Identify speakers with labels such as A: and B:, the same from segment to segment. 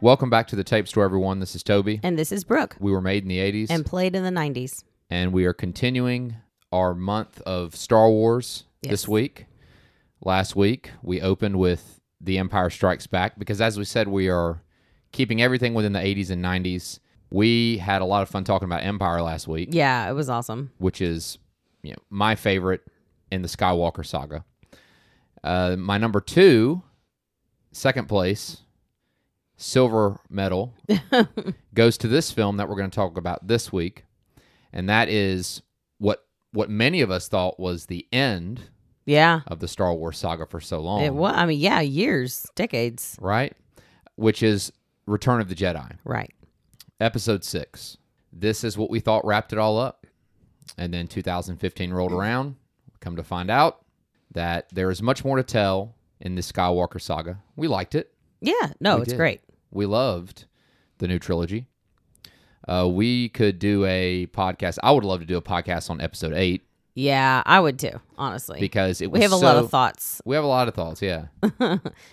A: Welcome back to the tape store, everyone. This is Toby.
B: And this is Brooke.
A: We were made in the 80s,
B: And played in the 90s.
A: and we are continuing our month of Star Wars this
B: Yes.
A: week. Last week, we opened with The Empire Strikes Back because, as we said, we are keeping everything within the 80s and 90s. We had a lot of fun talking about Empire last week,
B: Yeah, it was awesome.
A: which is you know, my favorite in the Skywalker saga. Uh, my number two, second place, silver medal, goes to this film that we're going to talk about this week, and that is what what many of us thought was the end
B: Yeah.
A: of the Star Wars saga for so long,
B: It was, I mean, yeah, years, decades.
A: right? Which is Return of the Jedi,
B: Right.
A: Episode Six. This is what we thought wrapped it all up, and then 2015 rolled around. Come to find out that there is much more to tell in the Skywalker saga. We liked it.
B: Yeah. No,
A: We
B: it's
A: did.
B: great.
A: we loved the new trilogy. Uh, we could do a podcast. I would love to do a podcast on episode eight
B: Yeah, I would too, honestly.
A: because it was
B: we have a lot
A: so-
B: of thoughts.
A: We have a lot of thoughts. Yeah.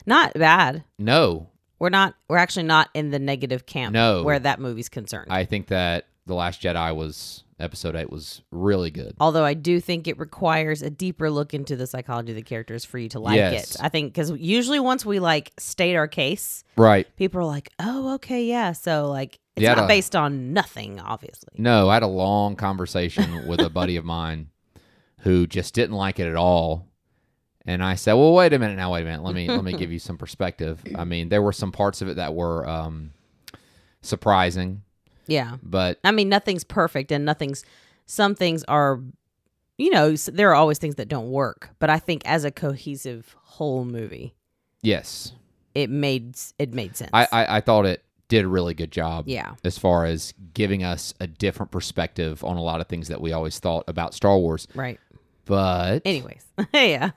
B: Not bad.
A: no,
B: We're not, we're actually not in the negative camp
A: No.
B: where that movie's concerned.
A: I think that the Last Jedi was episode eight was really good.
B: Although I do think it requires a deeper look into the psychology of the characters for you to like
A: Yes.
B: it. I think because usually once we like state our case,
A: Right.
B: people are like, oh, okay, yeah. So like, it's
A: Yeah,
B: not
A: the-
B: based on nothing, obviously.
A: No, I had a long conversation with a buddy of mine who just didn't like it at all. And I said, "Well, wait a minute. Now, wait a minute. Let me let me give you some perspective. I mean, there were some parts of it that were um, surprising,
B: Yeah.
A: but
B: I mean, nothing's perfect and nothing's, some things are, you know, s- there are always things that don't work. But I think as a cohesive whole movie,
A: yes,
B: it made, s- it made sense.
A: I, I, I thought it did a really good job
B: yeah.
A: as far as giving us a different perspective on a lot of things that we always thought about Star Wars.
B: Right.
A: But
B: Anyways. yeah.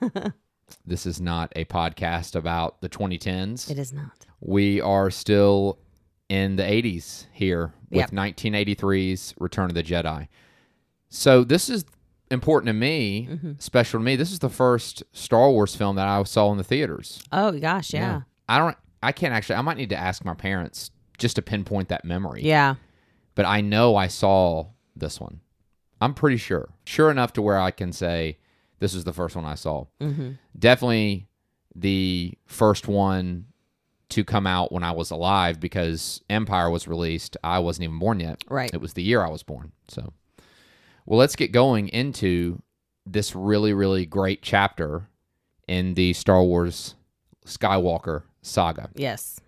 A: this is not a podcast about the 2010s.
B: it is not.
A: We are still in the 80s here with
B: Yep.
A: 1983's Return of the Jedi. So this is important to me,
B: Mm-hmm.
A: special to me. This is the first Star Wars film that I saw in the theaters.
B: Oh, gosh. Yeah.
A: I don't I can't actually I might need to ask my parents just to pinpoint that memory.
B: Yeah.
A: but I know I saw this one. I'm pretty sure. Sure enough to where I can say this is the first one I saw.
B: hmm
A: Definitely the first one to come out when I was alive because Empire was released. I wasn't even born yet.
B: Right.
A: It was the year I was born. So, well, let's get going into this really, really great chapter in the Star Wars Skywalker saga.
B: Yes.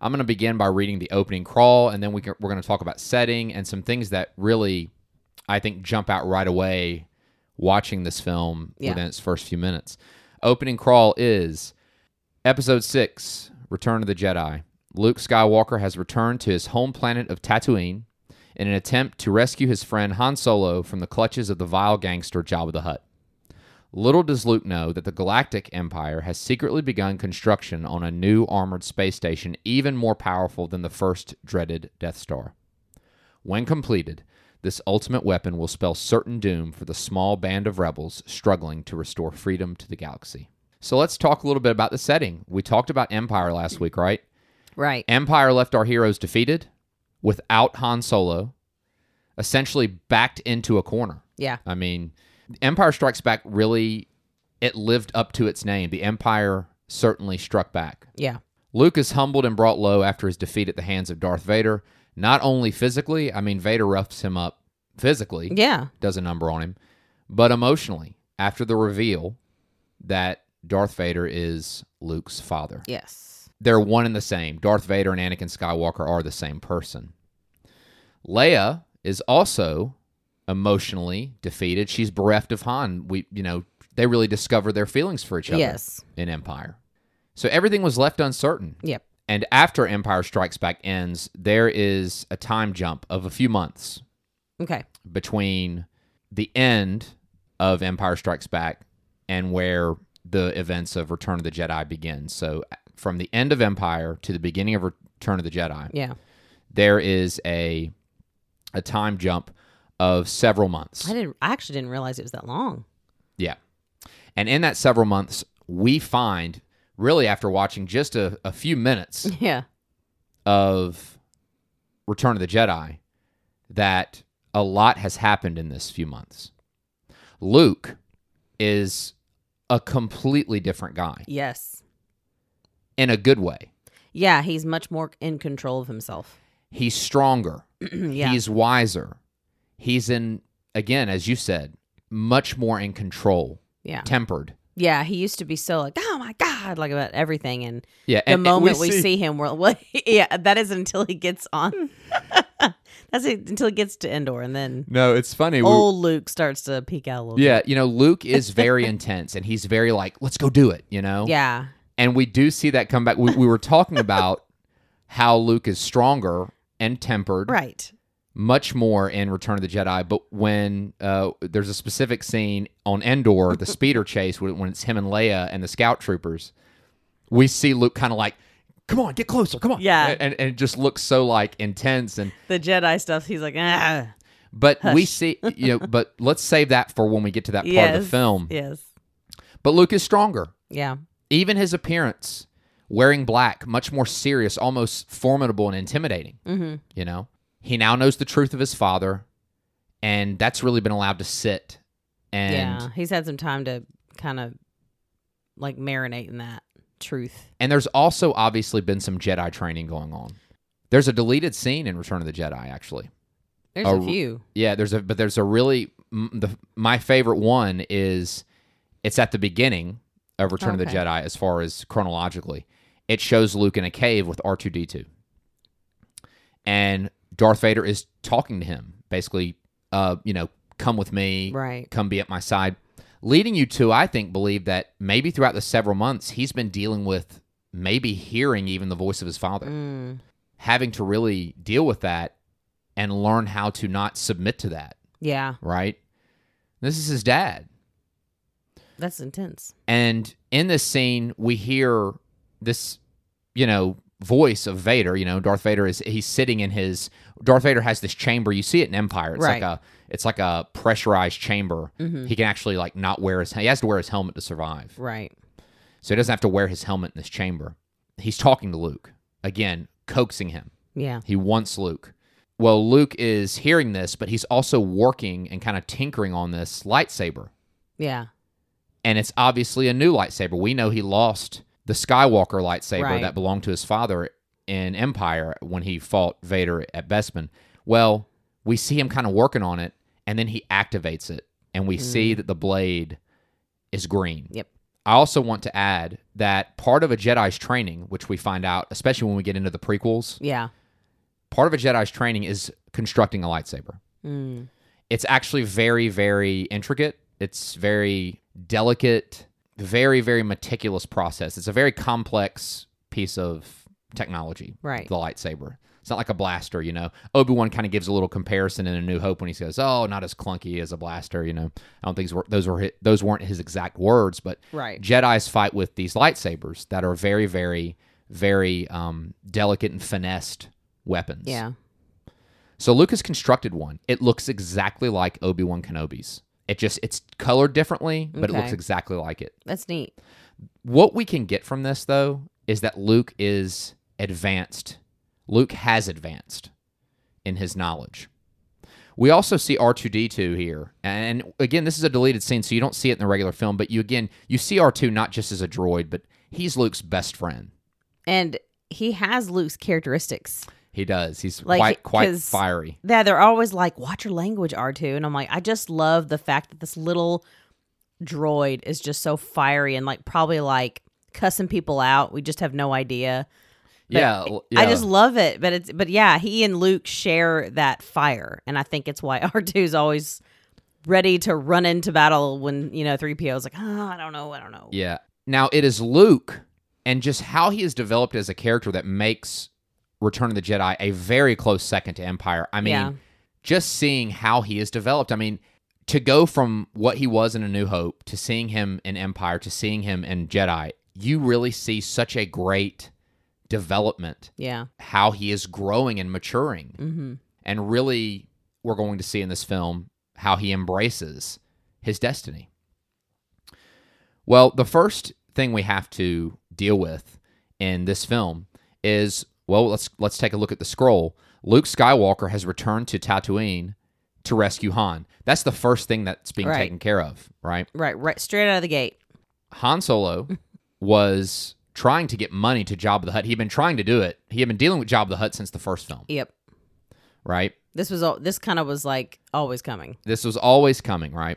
A: I'm going to begin by reading the opening crawl, and then we can, we're going to talk about setting and some things that really, I think, jump out right away watching this film
B: Yeah.
A: within its first few minutes. Opening crawl is Episode 6 Return of the Jedi. Luke Skywalker has returned to his home planet of Tatooine in an attempt to rescue his friend Han Solo from the clutches of the vile gangster Jabba the Hutt. Little does Luke know that the Galactic Empire has secretly begun construction on a new armored space station even more powerful than the first dreaded Death Star. When completed, this ultimate weapon will spell certain doom for the small band of rebels struggling to restore freedom to the galaxy. So let's talk a little bit about the setting. We talked about Empire last week, right?
B: Right.
A: Empire left our heroes defeated without Han Solo, essentially backed into a corner.
B: Yeah.
A: I mean, Empire Strikes Back really it lived up to its name. The Empire certainly struck back.
B: Yeah.
A: Luke is humbled and brought low after his defeat at the hands of Darth Vader. Not only physically, I mean Vader roughs him up physically,
B: Yeah.
A: does a number on him, but emotionally after the reveal that Darth Vader is Luke's father
B: Yes.
A: they're one and the same. Darth Vader and Anakin Skywalker are the same person. Leia is also emotionally defeated. She's bereft of Han. We, you know, they really discover their feelings for each other
B: Yes.
A: in Empire. So everything was left uncertain.
B: Yep.
A: And after Empire Strikes Back ends, there is a time jump of a few months
B: Okay.
A: between the end of Empire Strikes Back and where the events of Return of the Jedi begin. So from the end of Empire to the beginning of Return of the Jedi,
B: Yeah.
A: there is a a time jump of several months.
B: I didn't. I actually didn't realize it was that long.
A: Yeah. And in that several months, we find really after watching just a, a few minutes
B: Yeah.
A: of Return of the Jedi that a lot has happened in this few months. Luke is a completely different guy
B: Yes.
A: in a good way.
B: Yeah, he's much more in control of himself.
A: He's stronger.
B: yeah.
A: He's wiser. He's in, again, as you said, much more in control,
B: yeah.
A: tempered.
B: Yeah, he used to be so like, oh my god, like about everything, and
A: Yeah.
B: the
A: and- and
B: moment we, see, him, we're like, yeah, that is until he gets on. That's it, until he gets to Endor, and then
A: No, it's funny. we-
B: old Luke starts to peek out a little.
A: yeah. You know, Luke is very intense and he's very like, let's go do it, you know?
B: bit. yeah,
A: And we do see that come back. We, we were talking about how Luke is stronger and tempered.
B: right.
A: much more in Return of the Jedi, but when uh, there's a specific scene on Endor, the speeder chase, when when it's him and Leia and the scout troopers, we see Luke kind of like, come on, get closer, come on.
B: Yeah.
A: And, and it just looks so like intense. And,
B: The Jedi stuff. He's like, ah,
A: but we see, you know, but let's save that for when we get to that part of
B: Yes.
A: the film.
B: yes,
A: But Luke is stronger.
B: yeah,
A: Even his appearance, wearing black, much more serious, almost formidable and intimidating.
B: mm-hmm.
A: You know, he now knows the truth of his father, and that's really been allowed to sit. And
B: yeah. He's had some time to kind of like marinate in that truth.
A: and there's also obviously been some Jedi training going on. There's a deleted scene in Return of the Jedi, actually.
B: There's
A: A
B: a,
A: r-
B: few.
A: Yeah, there's a but there's a really m- the my favorite one is it's at the beginning of Return of the
B: Okay.
A: Jedi as far as chronologically. It shows Luke in a cave with R2D2. And Darth Vader is talking to him, basically uh, you know, come with me,
B: Right.
A: come be at my side, leading you to, I think, believe that maybe throughout the several months, he's been dealing with maybe hearing even the voice of his father,
B: Mm.
A: having to really deal with that and learn how to not submit to that,
B: Yeah,
A: right? This is his dad.
B: that's intense.
A: And in this scene, we hear this, you know, voice of Vader. You know, Darth Vader is he's sitting in his. Darth Vader has this chamber. You see it in Empire. It's like
B: Right.
A: a it's like a pressurized chamber.
B: Mhm.
A: He can actually like not wear his. He has to wear his helmet to survive.
B: Right.
A: So he doesn't have to wear his helmet in this chamber. He's talking to Luke again, coaxing him.
B: Yeah.
A: He wants Luke. Well, Luke is hearing this, but he's also working and kind of tinkering on this lightsaber
B: Yeah.
A: and it's obviously a new lightsaber. We know he lost the Skywalker lightsaber
B: Right.
A: that belonged to his father in Empire when he fought Vader at Bespin. Well, we see him kind of working on it, and then he activates it, and we see that the blade is green.
B: Mm. Yep.
A: I also want to add that part of a Jedi's training, which we find out, especially when we get into the prequels,
B: Yeah.
A: part of a Jedi's training is constructing a lightsaber
B: Mm.
A: it's actually very very intricate it's very delicate very very meticulous process it's a very complex piece of technology
B: Right.
A: the lightsaber it's not like a blaster you know obi-wan kind of gives a little comparison in a new hope when he says oh not as clunky as a blaster you know i don't think those were those, were, hi- those weren't his exact words but
B: Right.
A: Jedi's fight with these lightsabers that are very, very, very um, delicate and finessed weapons.
B: Yeah.
A: So Luke has constructed one. It looks exactly like Obi Wan Kenobi's. It just it's colored differently, but it
B: Okay.
A: looks exactly like it.
B: That's neat.
A: What we can get from this though is that Luke is advanced. Luke has advanced in his knowledge. We also see R2D2 here. And again, this is a deleted scene, so you don't see it in the regular film, but you again you see R2 not just as a droid, but he's Luke's best friend.
B: and he has Luke's characteristics.
A: He does. He's
B: Like,
A: quite quite
B: 'cause-
A: fiery.
B: Yeah, they're always like, "Watch your language, R2," and I'm like, I just love the fact that this little droid is just so fiery and like probably like cussing people out. We just have no idea. But
A: Yeah, l- yeah.
B: I just love it, but it's but yeah, he and Luke share that fire, and I think it's why R2 is always ready to run into battle when you know 3PO is like, "Oh, I don't know, I don't know."
A: Yeah. Now it is Luke and just how he is developed as a character that makes Return of the Jedi a very close second to Empire. I mean,
B: Yeah.
A: just seeing how he is developed. I mean, to go from what he was in A New Hope to seeing him in Empire to seeing him in Jedi, you really see such a great development,
B: Yeah.
A: how he is growing and maturing.
B: Mm-hmm.
A: And really, we're going to see in this film how he embraces his destiny. Well, the first thing we have to deal with in this film is Well, let's let's take a look at the scroll. Luke Skywalker has returned to Tatooine to rescue Han. That's the first thing that's being
B: Right.
A: taken care of, right?
B: Right, right, straight out of the gate.
A: Han Solo was trying to get money to Jabba the Hutt. He had been trying to do it. He had been dealing with Jabba the Hutt since the first film,
B: Yep.
A: right?
B: This was all. This kind of was like always coming.
A: This was always coming, right?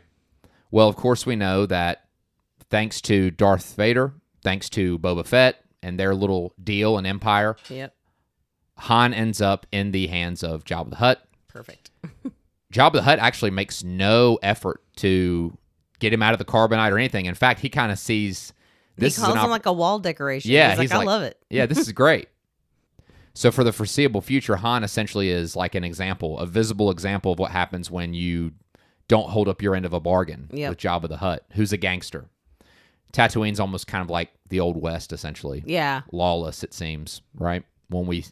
A: Well, of course we know that thanks to Darth Vader, thanks to Boba Fett and their little deal and empire,
B: Yep.
A: Han ends up in the hands of Jabba the Hutt.
B: Perfect.
A: Jabba the Hutt actually makes no effort to get him out of the carbonite or anything. In fact, he kind of sees this is
B: he calls
A: an
B: him
A: opp-
B: like a wall decoration.
A: Yeah,
B: He's,
A: he's
B: like,
A: like-
B: I love it.
A: yeah, this is great. So for the foreseeable future, Han essentially is like an example, a visible example of what happens when you don't hold up your end of a bargain
B: Yep.
A: with Jabba the Hutt, who's a gangster. Tatooine's almost kind of like the old west, essentially
B: Yeah.
A: lawless it seems right when we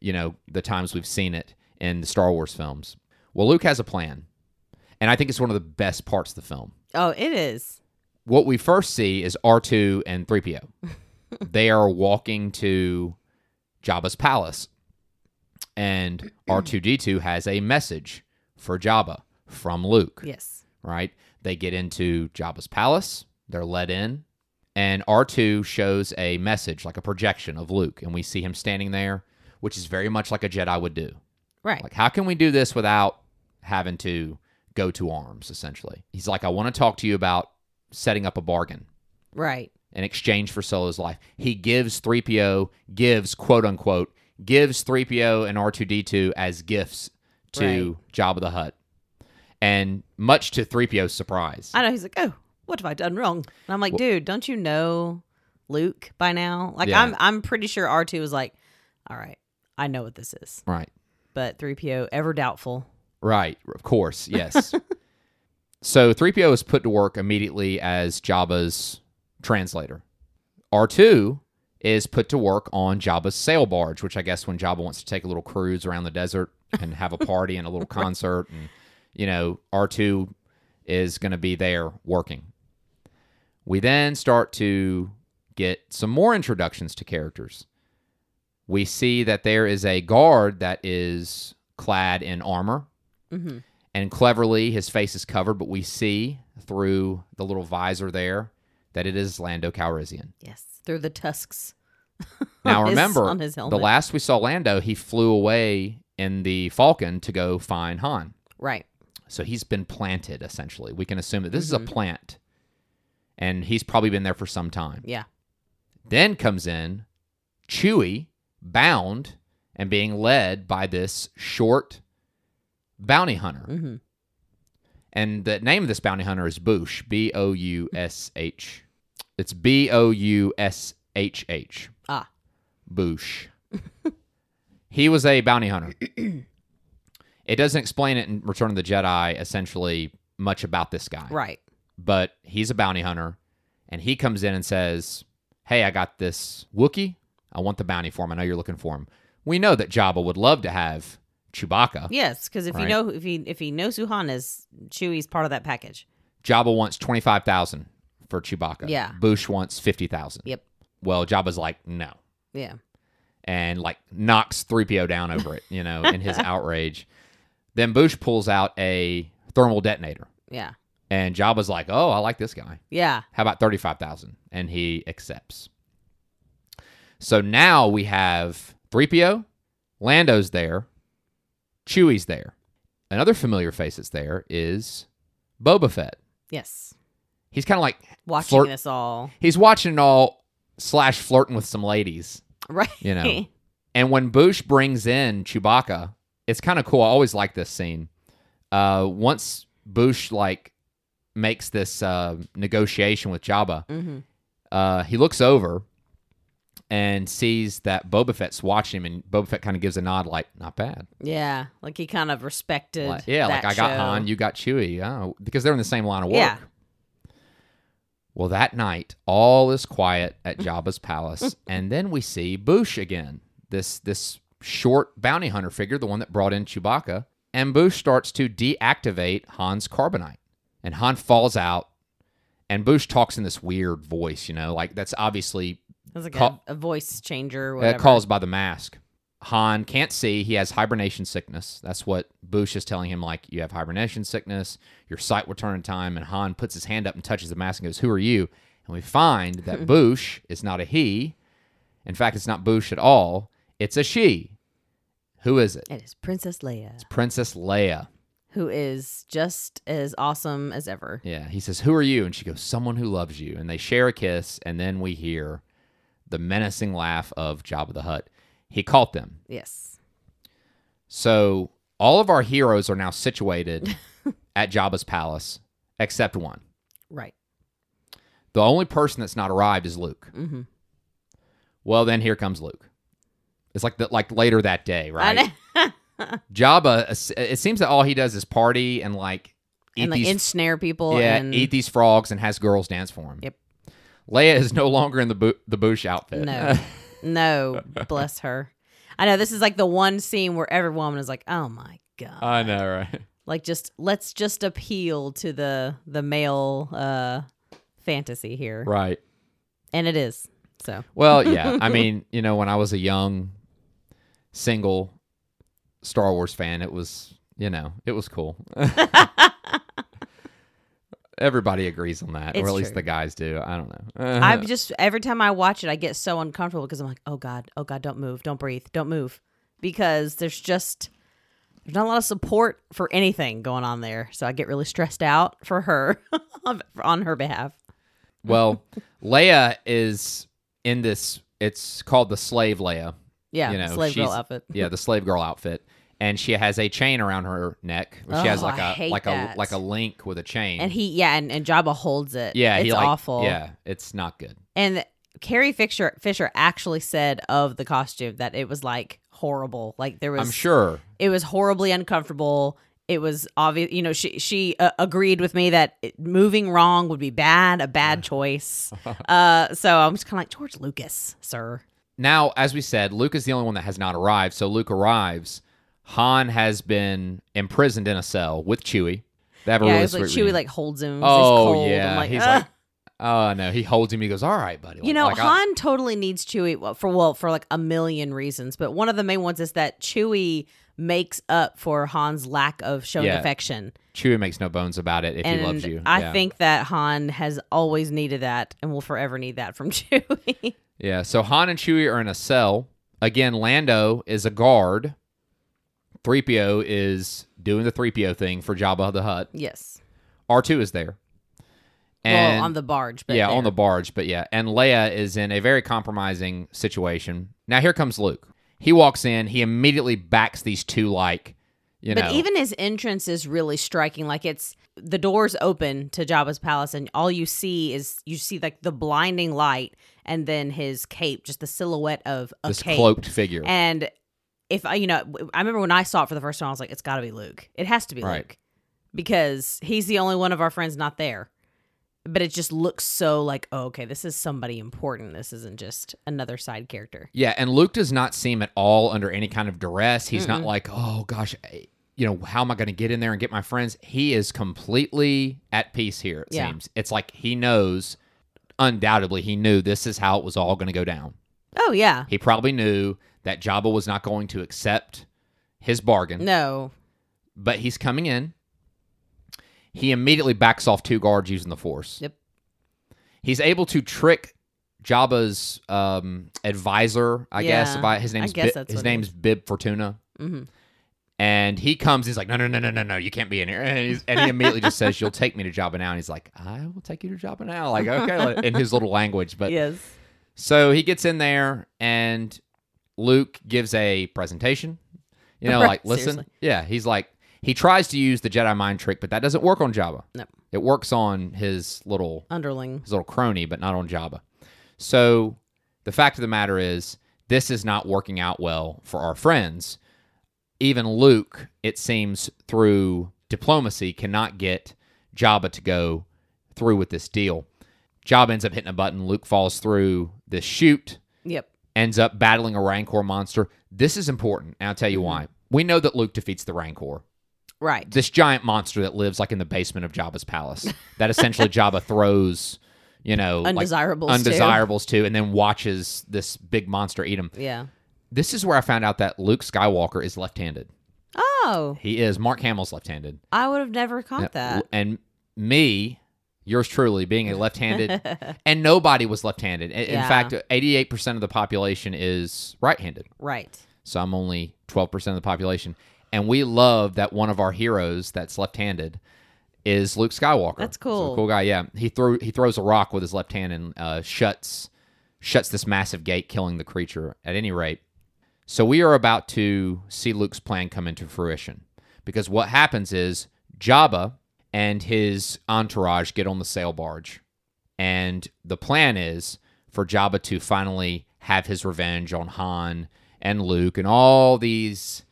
A: you know the times we've seen it in the star wars films well luke has a plan and i think it's one of the best parts of the film
B: Oh, it is.
A: what we first see is r2 and 3po they are walking to jabba's palace and r2d2 has a message for jabba from luke
B: Yes.
A: right? They get into Jabba's palace, they're let in, and R2 shows a message, like a projection of Luke, and we see him standing there, which is very much like a Jedi would do.
B: Right.
A: Like, how can we do this without having to go to arms, essentially? He's like, I want to talk to you about setting up a bargain
B: right.
A: in exchange for Solo's life. He gives 3PO, gives quote unquote, gives 3PO and R2D2 as gifts to Jabba the Hutt. And much to 3PO's surprise.
B: I know. He's like, oh, what have I done wrong? And I'm like, dude, don't you know Luke by now? Like,
A: Yeah.
B: I'm I'm pretty sure R two was like, all right, I know what this is,
A: Right.
B: but three PO ever doubtful.
A: Right. Of course. Yes. so 3PO is put to work immediately as Jabba's translator. R2 is put to work on Jabba's sail barge, which I guess when Jabba wants to take a little cruise around the desert and have a party and a little concert and you know, R2 is going to be there working. We then start to get some more introductions to characters. We see that there is a guard that is clad in armor
B: Mm-hmm.
A: and cleverly, his face is covered, but we see through the little visor there that it is Lando Calrissian.
B: Yes, through the tusks.
A: Now
B: on his-
A: remember,
B: on his
A: the
B: helmet.
A: last we saw Lando, he flew away in the Falcon to go find Han.
B: Right.
A: So he's been planted essentially. We can assume that this
B: Mm-hmm.
A: is a plant, and he's probably been there for some time.
B: Yeah.
A: Then comes in Chewie, bound and being led by this short bounty hunter.
B: hmm
A: And the name of this bounty hunter is Boosh, B O U S H. It's B O U S H H.
B: Ah.
A: Boosh. he was a bounty hunter. it doesn't explain it in Return of the Jedi, essentially, much about this guy.
B: Right.
A: But he's a bounty hunter, and he comes in and says, Hey, I got this Wookiee. I want the bounty for him. I know you're looking for him. We know that Jabba would love to have Chewbacca.
B: Yes, because if
A: Right.
B: you know if he if he knows who Han is, Chewie's part of that package.
A: Jabba wants twenty five thousand for Chewbacca.
B: Yeah.
A: Bush wants fifty thousand.
B: Yep.
A: Well, Jabba's like no,
B: Yeah.
A: and like knocks three PO down over it, you know, in his outrage. Then Bush pulls out a thermal detonator,
B: Yeah.
A: and Jabba's like, "Oh, I like this guy.
B: Yeah.
A: How about thirty five thousand? And he accepts. So now we have three PO, Lando's there, Chewie's there. Another familiar face that's there is Boba Fett.
B: Yes.
A: He's kind of like
B: Watching
A: Flirt-
B: this all.
A: he's watching it all slash flirting with some ladies
B: Right.
A: you know and when bush brings in chewbacca it's kind of cool i always like this scene uh once bush like makes this uh negotiation with jabba
B: hmm
A: uh he looks over and sees that Boba Fett's watching him, and Boba Fett kind of gives a nod, like "Not bad."
B: Yeah. Like he kind of respected.
A: Like, yeah, like
B: that
A: I got
B: show.
A: Han, you got Chewie, oh, because they're in the same line of work.
B: Yeah.
A: Well, that night, all is quiet at Jabba's palace, and then we see Boosh again. This this short bounty hunter figure, the one that brought in Chewbacca, and Boosh starts to deactivate Han's carbonite, and Han falls out, and Boosh talks in this weird voice, you know, like that's obviously
B: It was like
A: Ca-
B: a, a voice changer.
A: uh,
B: Whatever.
A: caused by the mask. Han can't see. He has hibernation sickness. That's what Bush is telling him. Like, you have hibernation sickness. Your sight will turn in time. And Han puts his hand up and touches the mask and goes, Who are you? And we find that Bush is not a he. In fact, it's not Bush at all. It's a she. Who is it?
B: It is Princess Leia,
A: Princess Leia.
B: who is just as awesome as ever.
A: Yeah. He says, Who are you? And she goes, Someone who loves you. And they share a kiss. And then we hear the menacing laugh of Jabba the Hutt. He caught them.
B: Yes.
A: So all of our heroes are now situated at Jabba's palace, except one.
B: Right.
A: The only person that's not arrived is Luke.
B: Mm-hmm.
A: Well, then here comes Luke. It's like the, like later that day, right? Jabba, uh, it seems that all he does is party and like eat
B: and like
A: these
B: ensnare people
A: E yeah, E
B: and
A: eat these frogs and has girls dance for him.
B: Yep.
A: Leia is no longer in the bo- the Boosh outfit.
B: no, no, bless her. I know this is like the one scene where every woman is like, "Oh my god!"
A: I know, right?
B: like just let's just appeal to the the male uh fantasy here,
A: Right.
B: and it is so
A: Well, yeah. I mean, you know, when I was a young single Star Wars fan, it was, you know, it was cool. Everybody agrees on that, or
B: It's
A: at least
B: true.
A: the guys do. I don't know.
B: I just every time I watch it, I get so uncomfortable because I'm like, oh god, oh god, don't move, don't breathe, don't move, because there's just there's not a lot of support for anything going on there, so I get really stressed out for her on her behalf.
A: well, Leia is in this. It's called the Slave Leia.
B: Yeah,
A: You know,
B: slave girl
A: she's-
B: outfit.
A: Yeah, the slave girl outfit, and she has a chain around her neck. She has
B: Oh,
A: like
B: I
A: a
B: hate
A: like a
B: that.
A: like a link with a chain.
B: And he, yeah, and, and Jabba holds it.
A: yeah,
B: it's
A: he like,
B: awful.
A: Yeah, it's not good.
B: And Carrie Fisher Fisher actually said of the costume that it was like horrible. Like there was,
A: I'm sure.
B: it was horribly uncomfortable. It was obvious, you know. She she uh, agreed with me that it- moving wrong would be bad, a bad choice. Uh, so I'm just kind of like George Lucas, sir.
A: now, as we said, Luke is the only one that has not arrived. So Luke arrives. Han has been imprisoned in a cell with Chewie. They have a
B: yeah,
A: really
B: it's like
A: sweet
B: Chewie
A: reunion.
B: like holds him. 'cause
A: oh
B: he's cold.
A: yeah,
B: I'm like,
A: he's
B: "Ugh."
A: like, oh no, he holds him. He goes, all right, buddy.
B: You know,
A: Like, "Oh I-
B: Han totally needs Chewie well, for well for like a million reasons, but one of the main ones is that Chewie makes up for Han's lack of showing
A: Yeah.
B: affection,
A: Chewie makes no bones about it if
B: and
A: he loves you.
B: I
A: yeah.
B: think that Han has always needed that and will forever need that from Chewie.
A: Yeah. So Han and Chewie are in a cell. Again, Lando is a guard. 3PO is doing the 3PO thing for Jabba the Hutt.
B: yes,
A: R2 is there. And
B: well, on the barge, but
A: yeah,
B: there.
A: on the barge, but yeah. And Leia is in a very compromising situation. Now here comes Luke. He walks in, he immediately backs these two like, you
B: But
A: know.
B: even his entrance is really striking. Like it's the doors open to Jabba's palace, and all you see is you see like the blinding light, and then his cape, just the silhouette of a
A: this
B: cape.
A: cloaked figure.
B: And if I, you know, I remember when I saw it for the first time, I was like, it's got to be Luke. It has to be
A: Right.
B: Luke because he's the only one of our friends not there. But it just looks so like, oh, okay, this is somebody important. This isn't just another side character.
A: Yeah, and Luke does not seem at all under any kind of duress. He's not like, oh gosh, I- you know, how am I going to get in there and get my friends? He is completely at peace here. It
B: Yeah.
A: seems it's like he knows. Undoubtedly, he knew this is how it was all going to go down.
B: Oh yeah,
A: He probably knew that Jabba was not going to accept his bargain,
B: no,
A: but he's coming in. He immediately backs off two guards using the Force.
B: Yep.
A: He's able to trick Jabba's um, advisor, I guess.
B: Yeah,
A: By his name's
B: guess
A: Bi-
B: that's
A: his
B: what it
A: name's Bib Fortuna.
B: Mhm.
A: And he comes. He's like, no, no, no, no, no, no. You can't be in here. And, he's, and he immediately just says, "You'll take me to Jabba now." And he's like, "I will take you to Jabba now." Like, okay, like, in his little language. But
B: yes,
A: so he gets in there, and Luke gives a presentation. You know,
B: Right,
A: like, listen,
B: seriously.
A: yeah. He's like, he tries to use the Jedi mind trick, but that doesn't work on Jabba.
B: No.
A: It works on his little
B: underling.
A: his little crony, but not on Jabba. So the fact of the matter is, this is not working out well for our friends. Even Luke, it seems, through diplomacy, cannot get Jabba to go through with this deal. Jabba ends up hitting a button. Luke falls through this chute,
B: Yep.
A: ends up battling a Rancor monster. This is important, and I'll tell you why. We know that Luke defeats the Rancor,
B: Right.
A: this giant monster that lives like in the basement of Jabba's palace. That essentially Jabba throws, you know, like
B: Undesirables. too.
A: undesirables too, and then watches this big monster eat him.
B: Yeah.
A: This is where I found out that Luke Skywalker is left-handed.
B: Oh,
A: He is. Mark Hamill's left-handed.
B: I would have never caught that.
A: And me, yours truly, being a left-handed, and nobody was left-handed. In in
B: Yeah.
A: fact, 88% of the population is right-handed.
B: right.
A: So I'm only 12% of the population. And we love that one of our heroes that's left-handed is Luke Skywalker.
B: That's
A: So
B: cool.
A: cool guy, yeah. He threw he throws a rock with his left hand and uh, shuts shuts this massive gate killing the creature at any rate. So we are about to see Luke's plan come into fruition because what happens is Jabba and his entourage get on the sail barge. And the plan is for Jabba to finally have his revenge on Han and Luke and all these,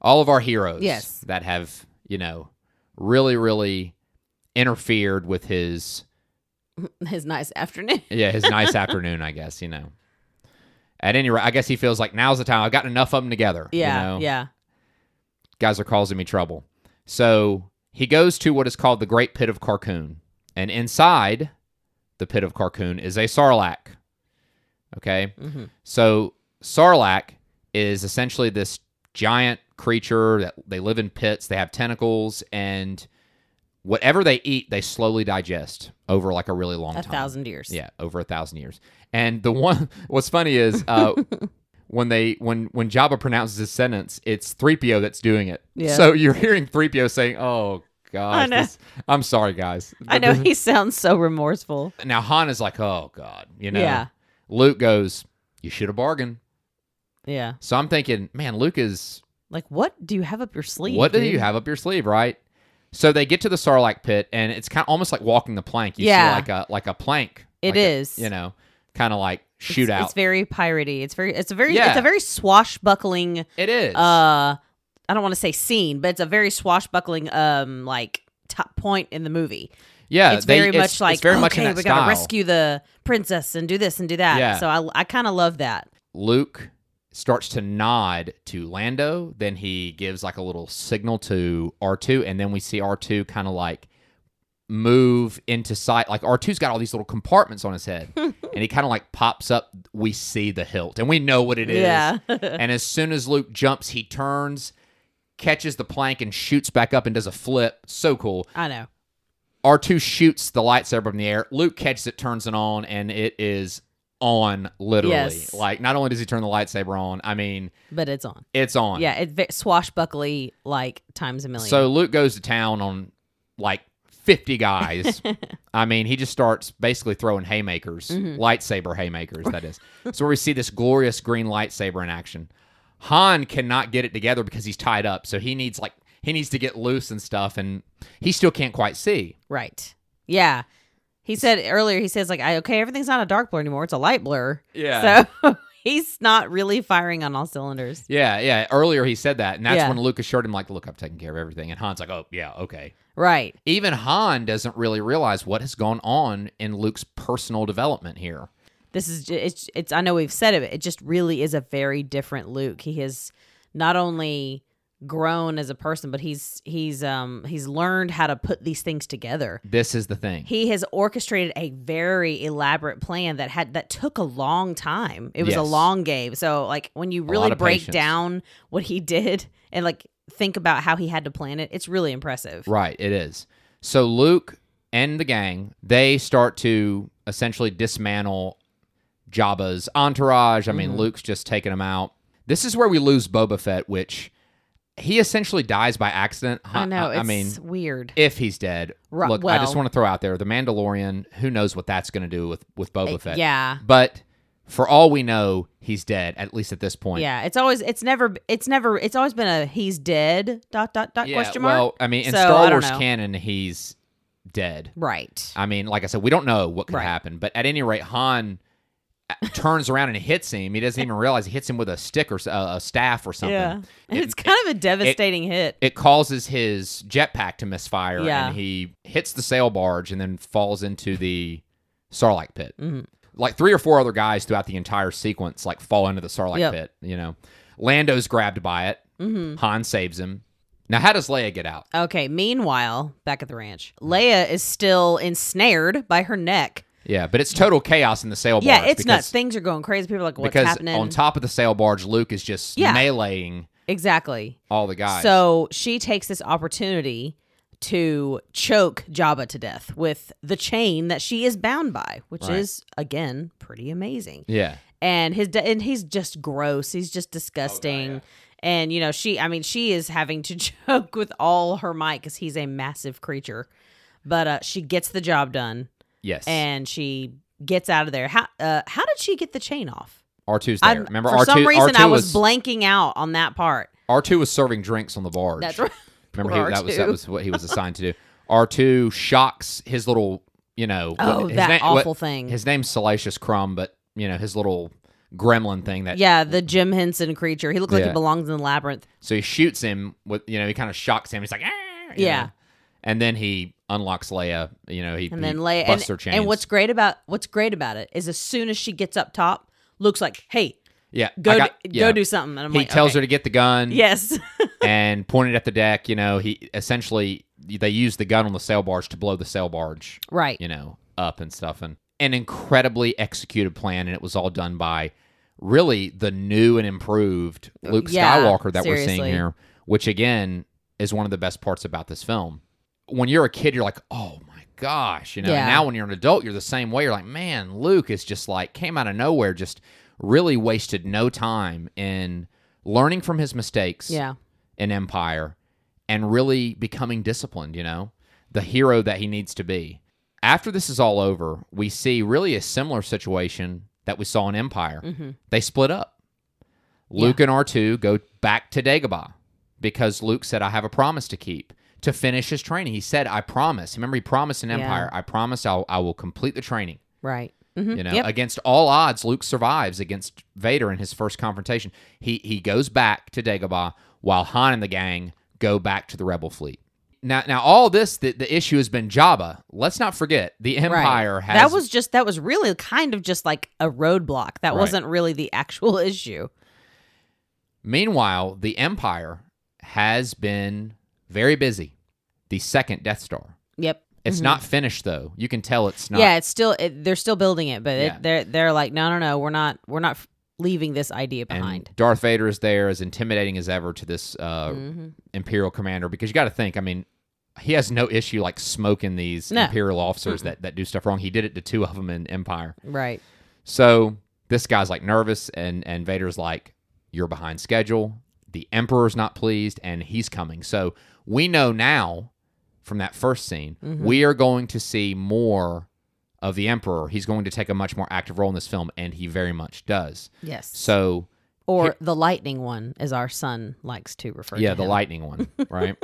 A: all of our heroes
B: Yes.
A: that have, you know, really, really interfered with his
B: His nice afternoon.
A: yeah, his nice afternoon, I guess, you know. At any rate, I guess he feels like now's the time. I've gotten enough of them together. you
B: Yeah,
A: know?
B: yeah.
A: Guys are causing me trouble. So he goes to what is called the Great Pit of Carcoon. And inside the Pit of Carcoon is a sarlacc. Okay?
B: hmm
A: So sarlacc is essentially this giant creature that they live in pits, they have tentacles, and whatever they eat, they slowly digest over like a really long
B: A
A: time.
B: thousand years.
A: Yeah, over a thousand years. And the one, what's funny is uh, when they when when Jabba pronounces his sentence, it's three PO that's doing it.
B: Yeah.
A: So you're hearing three PO saying, "Oh God,
B: know.
A: I'm sorry, guys."
B: I know he sounds so remorseful.
A: Now Han is like, "Oh God," you know.
B: Yeah.
A: Luke goes, "You should have bargained."
B: Yeah.
A: So I'm thinking, man, Luke is
B: Like, what do you have up your sleeve?
A: what do
B: dude?
A: you have up your sleeve, right? So they get to the Sarlacc pit, and it's kind of almost like walking the plank. You
B: Yeah.
A: see like a like a plank.
B: It
A: It is,
B: is.
A: you know, kind of like
B: It's-
A: shootout.
B: It's very piratey. It's very. It's a very. It's
A: Yeah.
B: a very swashbuckling.
A: it is.
B: Uh, I don't want to say scene, but it's a very swashbuckling. Um, like top point in the movie.
A: Yeah,
B: it's
A: they-
B: very much like
A: it's very
B: okay,
A: much in that
B: we
A: style.
B: gotta rescue the princess and do this and do that.
A: Yeah.
B: So I, I kind of love that.
A: Luke starts to nod to Lando, then he gives like a little signal to R2, and then we see R2 kind of like move into sight. Like R2's got all these little compartments on his head, and he kind of like pops up. We see the hilt, and we know what it is.
B: yeah.
A: and as soon as Luke jumps, he turns, catches the plank, and shoots back up and does a flip. So cool.
B: I know.
A: R2 shoots the lightsaber in the air. Luke catches it, turns it on, and it is on literally.
B: Yes.
A: Like, not only does he turn the lightsaber on, I mean,
B: But it's on.
A: it's on.
B: Yeah. It's ve- swashbuckly like times a million.
A: So Luke goes to town on like 50 guys. I mean, he just starts basically throwing haymakers,
B: Mm-hmm.
A: lightsaber haymakers, that is. so we see this glorious green lightsaber in action. Han cannot get it together because he's tied up. So he needs like, he needs to get loose and stuff, and he still can't quite see.
B: right. Yeah. He said earlier. He says like, I, okay, everything's not a dark blur anymore. It's a light blur.
A: Yeah.
B: So he's not really firing on all cylinders.
A: Yeah, yeah. Earlier he said that, and that's
B: Yeah.
A: when Luke assured him, like, "Look, I'm taking care of everything." And Han's like, "Oh, yeah, okay."
B: Right.
A: Even Han doesn't really realize what has gone on in Luke's personal development here.
B: this is ju- it's it's I know we've said it, but it just really is a very different Luke. He has not only grown as a person, but he's he's um he's learned how to put these things together.
A: This is the thing.
B: He has orchestrated a very elaborate plan that had that took a long time. It was a
A: Yes.
B: long game. So like when you really
A: lot of
B: break
A: patience.
B: down what he did and like think about how he had to plan it, it's really impressive.
A: Right, it is. So Luke and the gang, they start to essentially dismantle Jabba's entourage. I
B: Mm-hmm.
A: mean, Luke's just taking him out. This is where we lose Boba Fett, which he essentially dies by accident.
B: I know. It's
A: I mean,
B: weird.
A: if he's dead.
B: Ru-
A: Look, I just
B: well-
A: want to throw out there the Mandalorian. Who knows what that's going to do with with Boba Fett?
B: yeah.
A: But for all we know, he's dead. At least at this point.
B: Yeah, it's always it's never it's never it's always been a he's dead dot dot dot
A: Yeah,
B: question mark.
A: Well, I mean, in
B: So, I
A: Star
B: don't
A: Wars
B: know.
A: canon, he's dead.
B: right.
A: I mean, like I said, we don't know what could
B: Right.
A: happen. But at any rate, Han uh, turns around and hits him. He doesn't even realize he hits him with a stick or s- uh, a staff or something.
B: Yeah,
A: It-
B: it's kind of a devastating hit.
A: it causes his jetpack to misfire
B: Yeah.
A: and he hits the sail barge and then falls into the sarlacc pit.
B: Mhm.
A: Like three or four other guys throughout the entire sequence like fall into the sarlacc
B: Yep.
A: pit, you know. Lando's grabbed by it.
B: Mhm.
A: Han saves him. Now how does Leia get out?
B: Okay. Meanwhile, back at the ranch, Leia is still ensnared by her neck.
A: Yeah, but it's total chaos in the sail barge.
B: Yeah, it's nuts.
A: because,
B: Things are going crazy. People are like, what's
A: because
B: happening?
A: on top of the sail barge, Luke is just
B: Yeah.
A: meleeing
B: exactly.
A: all the guys.
B: So she takes this opportunity to choke Jabba to death with the chain that she is bound by, which
A: Right.
B: is again pretty amazing.
A: yeah,
B: And his and he's just gross. He's just disgusting.
A: Oh,
B: And you know, she I mean, she is having to choke with all her might cuz he's a massive creature. But uh, she gets the job done
A: yes.
B: and she gets out of there. How uh, how did she get the chain off?
A: R two's there.
B: I
A: Remember,
B: for
A: R
B: some
A: two.
B: reason
A: R
B: I
A: two
B: was,
A: was
B: blanking out on that part.
A: R two was serving drinks on the barge.
B: That's right.
A: Remember,
B: Poor
A: he, that was that
B: R2.
A: was what he was assigned to do. R two shocks his little, you know,
B: Oh,
A: his
B: that
A: name- what-
B: awful thing.
A: His name's Salacious Crumb, but you know his little gremlin thing that.
B: Yeah, the Jim Henson creature. He looked like
A: Yeah.
B: he belongs in the labyrinth.
A: So he shoots him with, you know, he kind of shocks him. He's like, "Ah," you
B: Yeah.
A: know. And then he unlocks Leia. You know, he
B: And
A: he
B: then Leia
A: busts
B: and,
A: her chains.
B: and what's great about what's great about it is as soon as she gets up top, looks like, "Hey,
A: yeah? I
B: go
A: got-
B: do,
A: yeah.
B: go do something." And I'm
A: He
B: like,
A: tells
B: okay.
A: her to get the gun.
B: "Yes."
A: and pointed at the deck. You know, he essentially they used the gun on the sail barge to blow the sail barge.
B: right.
A: You know, up and stuff, and an incredibly executed plan, and it was all done by really the new and improved Luke
B: Yeah,
A: Skywalker that we're seeing
B: seriously.
A: here, which again is one of the best parts about this film. When you're a kid, you're like, oh my gosh, you know.
B: Yeah.
A: And now when you're an adult, you're the same way. You're like, man, Luke is just like came out of nowhere, just really wasted no time in learning from his mistakes
B: Yeah.
A: an empire and really becoming disciplined, you know, the hero that he needs to be. After this is all over, we see really a similar situation that we saw in Empire. They split up. Luke and R2 go back to Dagobah because Luke said, I have a promise to keep to finish his training. He said, I promise. Remember, he promised in
B: Yeah.
A: Empire, I promise I'll, I will complete the training.
B: Right. Mhm.
A: You know,
B: Yep.
A: against all odds, Luke survives against Vader in his first confrontation. He he goes back to Dagobah while Han and the gang go back to the Rebel fleet. Now, now all this the, the issue has been Jabba. Let's not forget the Empire
B: right.
A: has
B: That was just that was really kind of just like a roadblock. That
A: Right.
B: wasn't really the actual issue.
A: Meanwhile, the Empire has been very busy. The second Death Star.
B: Yep.
A: It's not finished though. You can tell it's not.
B: Mm-hmm. Yeah, it's still it, they're still building it, but
A: Yeah.
B: it, they're they're like, "No, no, no, we're not we're not f- leaving this idea
A: and
B: behind."
A: Darth Vader is there, as intimidating as ever to this uh,
B: Mhm.
A: imperial commander because you got to think. I mean, he has no issue like smoking these
B: No.
A: imperial officers that that do stuff wrong. He did it to two of them in Empire.
B: Right.
A: So this guy's like nervous, and and Vader's like, "You're behind schedule." The Emperor's not pleased, and he's coming. So we know now from that first scene, we are going to see more of the Emperor. He's going to take a much more active role in this film, and he very much does.
B: Yes.
A: So
B: Or the lightning one, as our son likes to refer to.
A: yeah, the
B: him.
A: lightning one, right?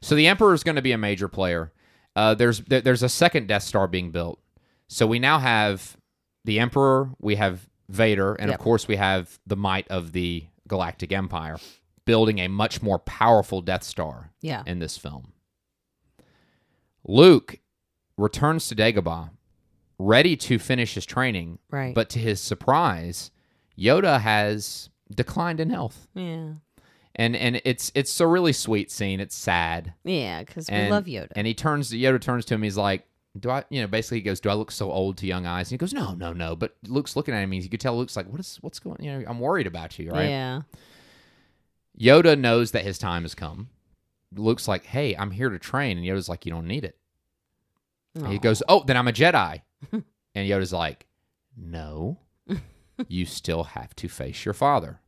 A: so the Emperor is going to be a major player. Uh, there's there, there's a second Death Star being built, so we now have the Emperor, we have Vader, and
B: Yep.
A: of course we have the might of the Galactic Empire building a much more powerful Death Star
B: Yeah.
A: in this film. Luke returns to Dagobah, ready to finish his training,
B: Right.
A: but to his surprise, Yoda has declined in health
B: yeah.
A: and and it's it's a really sweet scene. It's sad,
B: Yeah, because we
A: and
B: love Yoda.
A: And he turns to Yoda turns to him. He's like, "Do I?" You know, basically he goes, "Do I look so old to young eyes?" And he goes, "No, no, no." But Luke's looking at him. and You could tell Luke's like, "What is what's going? You know, I'm worried about you, right?"
B: Yeah.
A: Yoda knows that his time has come. Luke's like, "Hey, I'm here to train," and Yoda's like, "You don't need it." And
B: Aw.
A: he goes, "Oh, then I'm a Jedi," and Yoda's like, "No, you still have to face your father.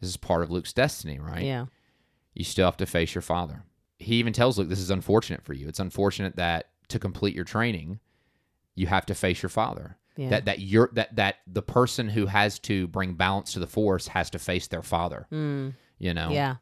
A: This is part of Luke's destiny, right?"
B: Yeah.
A: you still have to face your father. He even tells Luke, This is unfortunate for you. It's unfortunate that to complete your training, you have to face your father.
B: Yeah.
A: That that you're that that the person who has to bring balance to the force has to face their father.
B: Mm,
A: You know?
B: Yeah.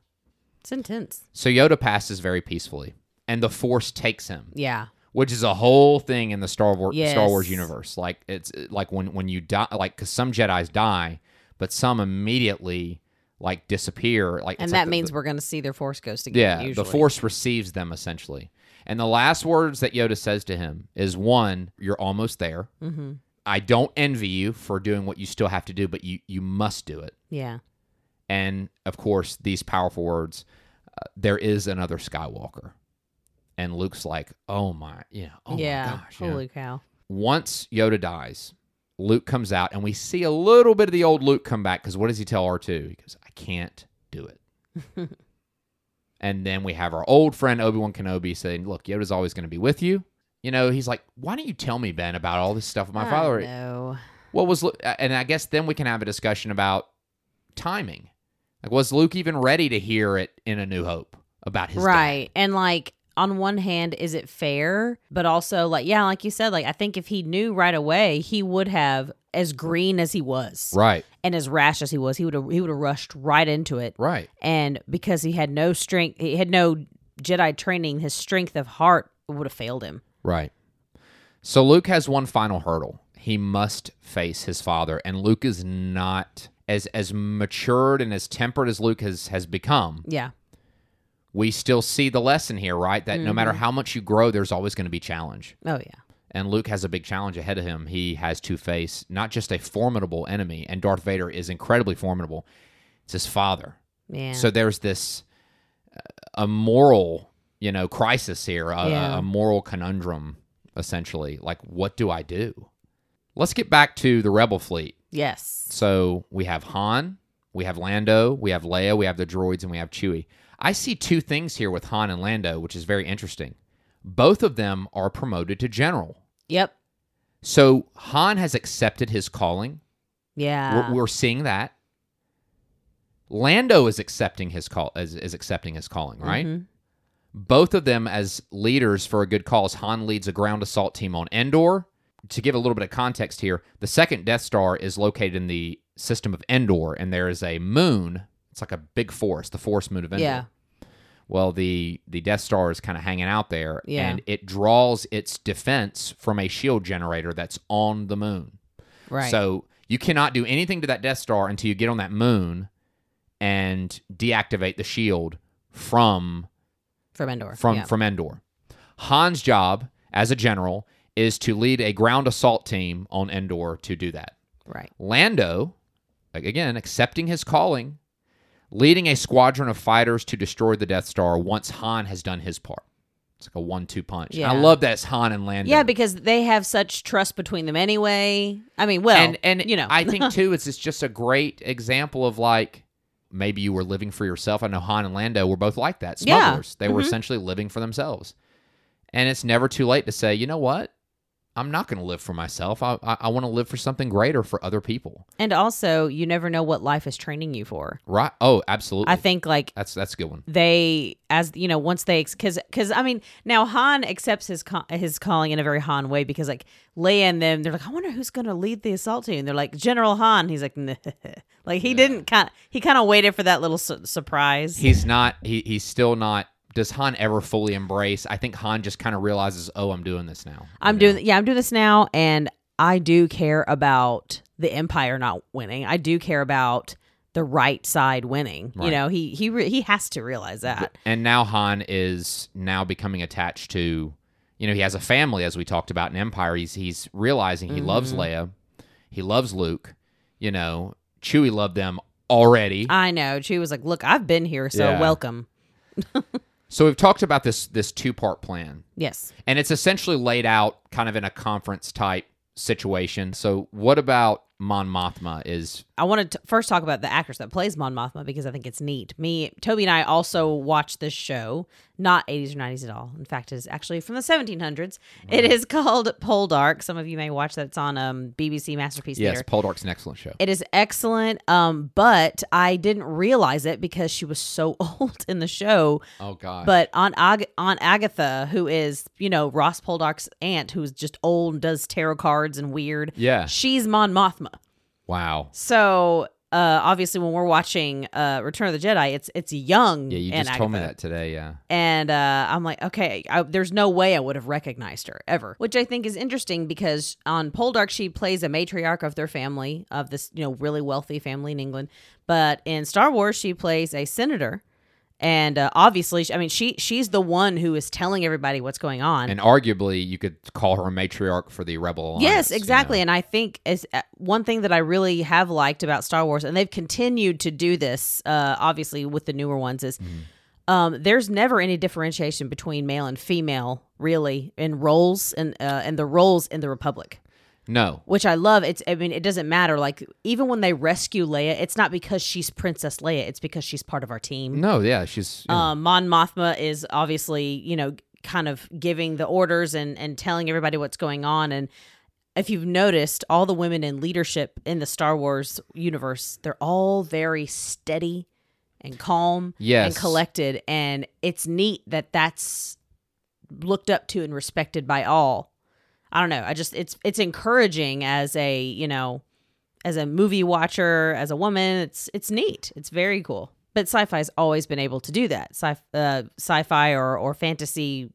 B: It's intense.
A: So Yoda passes very peacefully. And the force takes him,
B: Yeah.
A: which is a whole thing in the Star Wars Star Wars
B: Yes.
A: universe. Like it's like when when you die, like because some Jedi's die, but some immediately like disappear. Like
B: And
A: it's like
B: that
A: the-
B: means
A: the-
B: we're going to see their force ghost again.
A: yeah,
B: usually.
A: the Force receives them essentially. And the last words that Yoda says to him is one, you're almost there.
B: Mm-hmm.
A: I don't envy you for doing what you still have to do, but you you must do it.
B: Yeah.
A: And of course, these powerful words, uh, there is another Skywalker. And Luke's like, "Oh my, yeah, oh
B: yeah.
A: my gosh." you know.
B: Holy cow.
A: once Yoda dies, Luke comes out, and we see a little bit of the old Luke come back. Because what does he tell R two? He goes, "I can't do it." and then we have our old friend Obi Wan Kenobi saying, "Look, Yoda's always going to be with you." You know, he's like, "Why don't you tell me, Ben, about all this stuff with my father?"
B: No.
A: What was Lu- and I guess then we can have a discussion about timing. Like, was Luke even ready to hear it in A New Hope about his dad?
B: Right. And like on one hand, is it fair? But also like yeah, like you said, like I think if he knew right away, he would have as green as he was
A: Right,
B: and as rash as he was, he would have he would have rushed right into it.
A: right,
B: And because he had no strength he had no Jedi training, his strength of heart would have failed him.
A: right. So Luke has one final hurdle. He must face his father, and Luke is not as as matured and as tempered as Luke has has become.
B: Yeah.
A: We still see the lesson here, right? That no matter how much you grow, there's always going to be challenge.
B: Oh yeah.
A: And Luke has a big challenge ahead of him. He has to face not just a formidable enemy, and Darth Vader is incredibly formidable. It's his father.
B: Yeah.
A: So there's this uh, a moral, you know, crisis here, a,
B: Yeah.
A: a moral conundrum, essentially. Like, what do I do? Let's get back to the Rebel fleet.
B: yes.
A: So we have Han, we have Lando, we have Leia, we have the droids, and we have Chewie. I see two things here with Han and Lando, which is very interesting. Both of them are promoted to general.
B: Yep.
A: So Han has accepted his calling.
B: Yeah.
A: We're, we're seeing that. Lando is accepting his call is, is accepting his calling, right?
B: Mhm.
A: Both of them as leaders for a good cause. Han leads a ground assault team on Endor. To give a little bit of context here, the second Death Star is located in the system of Endor, and there is a moon. It's like a big forest, the forest moon of Endor.
B: Yeah.
A: Well, the the Death Star is kind of hanging out there,
B: Yeah.
A: and it draws its defense from a shield generator that's on the moon.
B: Right.
A: So you cannot do anything to that Death Star until you get on that moon and deactivate the shield from
B: from Endor.
A: from
B: yeah.
A: from Endor. Han's job as a general is to lead a ground assault team on Endor to do that.
B: right.
A: Lando, like, again, accepting his calling, leading a squadron of fighters to destroy the Death Star once Han has done his part. It's like a one-two punch. And I
B: Yeah.
A: love that it's Han and Lando.
B: Yeah, because they have such trust between them anyway. I mean, well,
A: and and
B: you know,
A: I think too, it's it's just a great example of like maybe you were living for yourself. I know Han and Lando were both like that
B: Yeah. Mm-hmm.
A: smugglers. They were essentially living for themselves, and it's never too late to say, you know what, I'm not going to live for myself. I I, I want to live for something greater for other people.
B: and also you never know what life is training you for.
A: Right? Oh, absolutely.
B: I think like
A: that's that's a good one.
B: they as you know once they because because I mean now Han accepts his ca- his calling in a very Han way because like Leia and them they're like I wonder who's going to lead the assault team. They're like General Han. He's like "Nah." like he didn't kind of he kind of waited for that little su- surprise.
A: He's not. He he's still not. Does Han ever fully embrace? I think Han just kind of realizes, oh, I'm doing this now.
B: I'm doing yeah, I'm doing this now and I do care about the empire not winning. I do care about the right side winning.
A: Right.
B: You know, he he re- he has to realize that.
A: And now Han is now becoming attached to, you know, he has a family as we talked about in Empire. He's he's realizing he loves
B: Mm-hmm.
A: Leia, he loves Luke, you know, Chewie loved them already.
B: I know. Chewie was like, "Look, I've been here, so
A: Yeah.
B: welcome."
A: so we've talked about this this two part plan,
B: Yes.
A: and it's essentially laid out kind of in a conference type situation. So what about Mon Mothma? Is
B: I want to first talk about the actress that plays Mon Mothma because I think it's neat. Me, Toby, and I also watched this show, not 80s or 90s at all. In fact, it is actually from the 1700s. It is called Poldark. Some of you may watch that. It's on um, BBC Masterpiece
A: yes,
B: Theater.
A: Poldark's an excellent show.
B: It is excellent, um, but I didn't realize it because she was so old in the show.
A: Oh God,
B: But Aunt, Ag- Aunt Agatha, who is you know Ross Poldark's aunt, who's just old and does tarot cards and weird,
A: yeah,
B: she's Mon Mothma.
A: wow.
B: So uh, obviously, when we're watching uh, Return of the Jedi, it's it's young.
A: Yeah, you
B: Aunt
A: just told me
B: Agatha.
A: that today. Yeah,
B: And uh, I'm like, okay, I, there's no way I would have recognized her ever, which I think is interesting because on Poldark she plays a matriarch of their family, of this you know really wealthy family in England, but in Star Wars she plays a senator, and uh, obviously, she, I mean she she's the one who is telling everybody what's going on.
A: and arguably you could call her a matriarch for the Rebel Alliance.
B: Yes,
A: you know?
B: exactly. And I think is uh, one thing that I really have liked about Star Wars, and they've continued to do this, uh, obviously with the newer ones, is
A: Mm-hmm.
B: Um, there's never any differentiation between male and female, really, in roles and uh, and the roles in the Republic,
A: No.
B: which I love. It's I mean, it doesn't matter. Like even when they rescue Leia, it's not because she's Princess Leia. It's because she's part of our team.
A: No, yeah, she's yeah.
B: Um, Mon Mothma is obviously, you know, kind of giving the orders and and telling everybody what's going on. And if you've noticed, all the women in leadership in the Star Wars universe, they're all very steady and calm
A: Yes.
B: and collected. And it's neat that that's looked up to and respected by all. I don't know. I just it's it's encouraging as a you know as a movie watcher, as a woman, it's it's neat. It's very cool. But sci-fi's always been able to do that. Sci- uh, sci-fi or or fantasy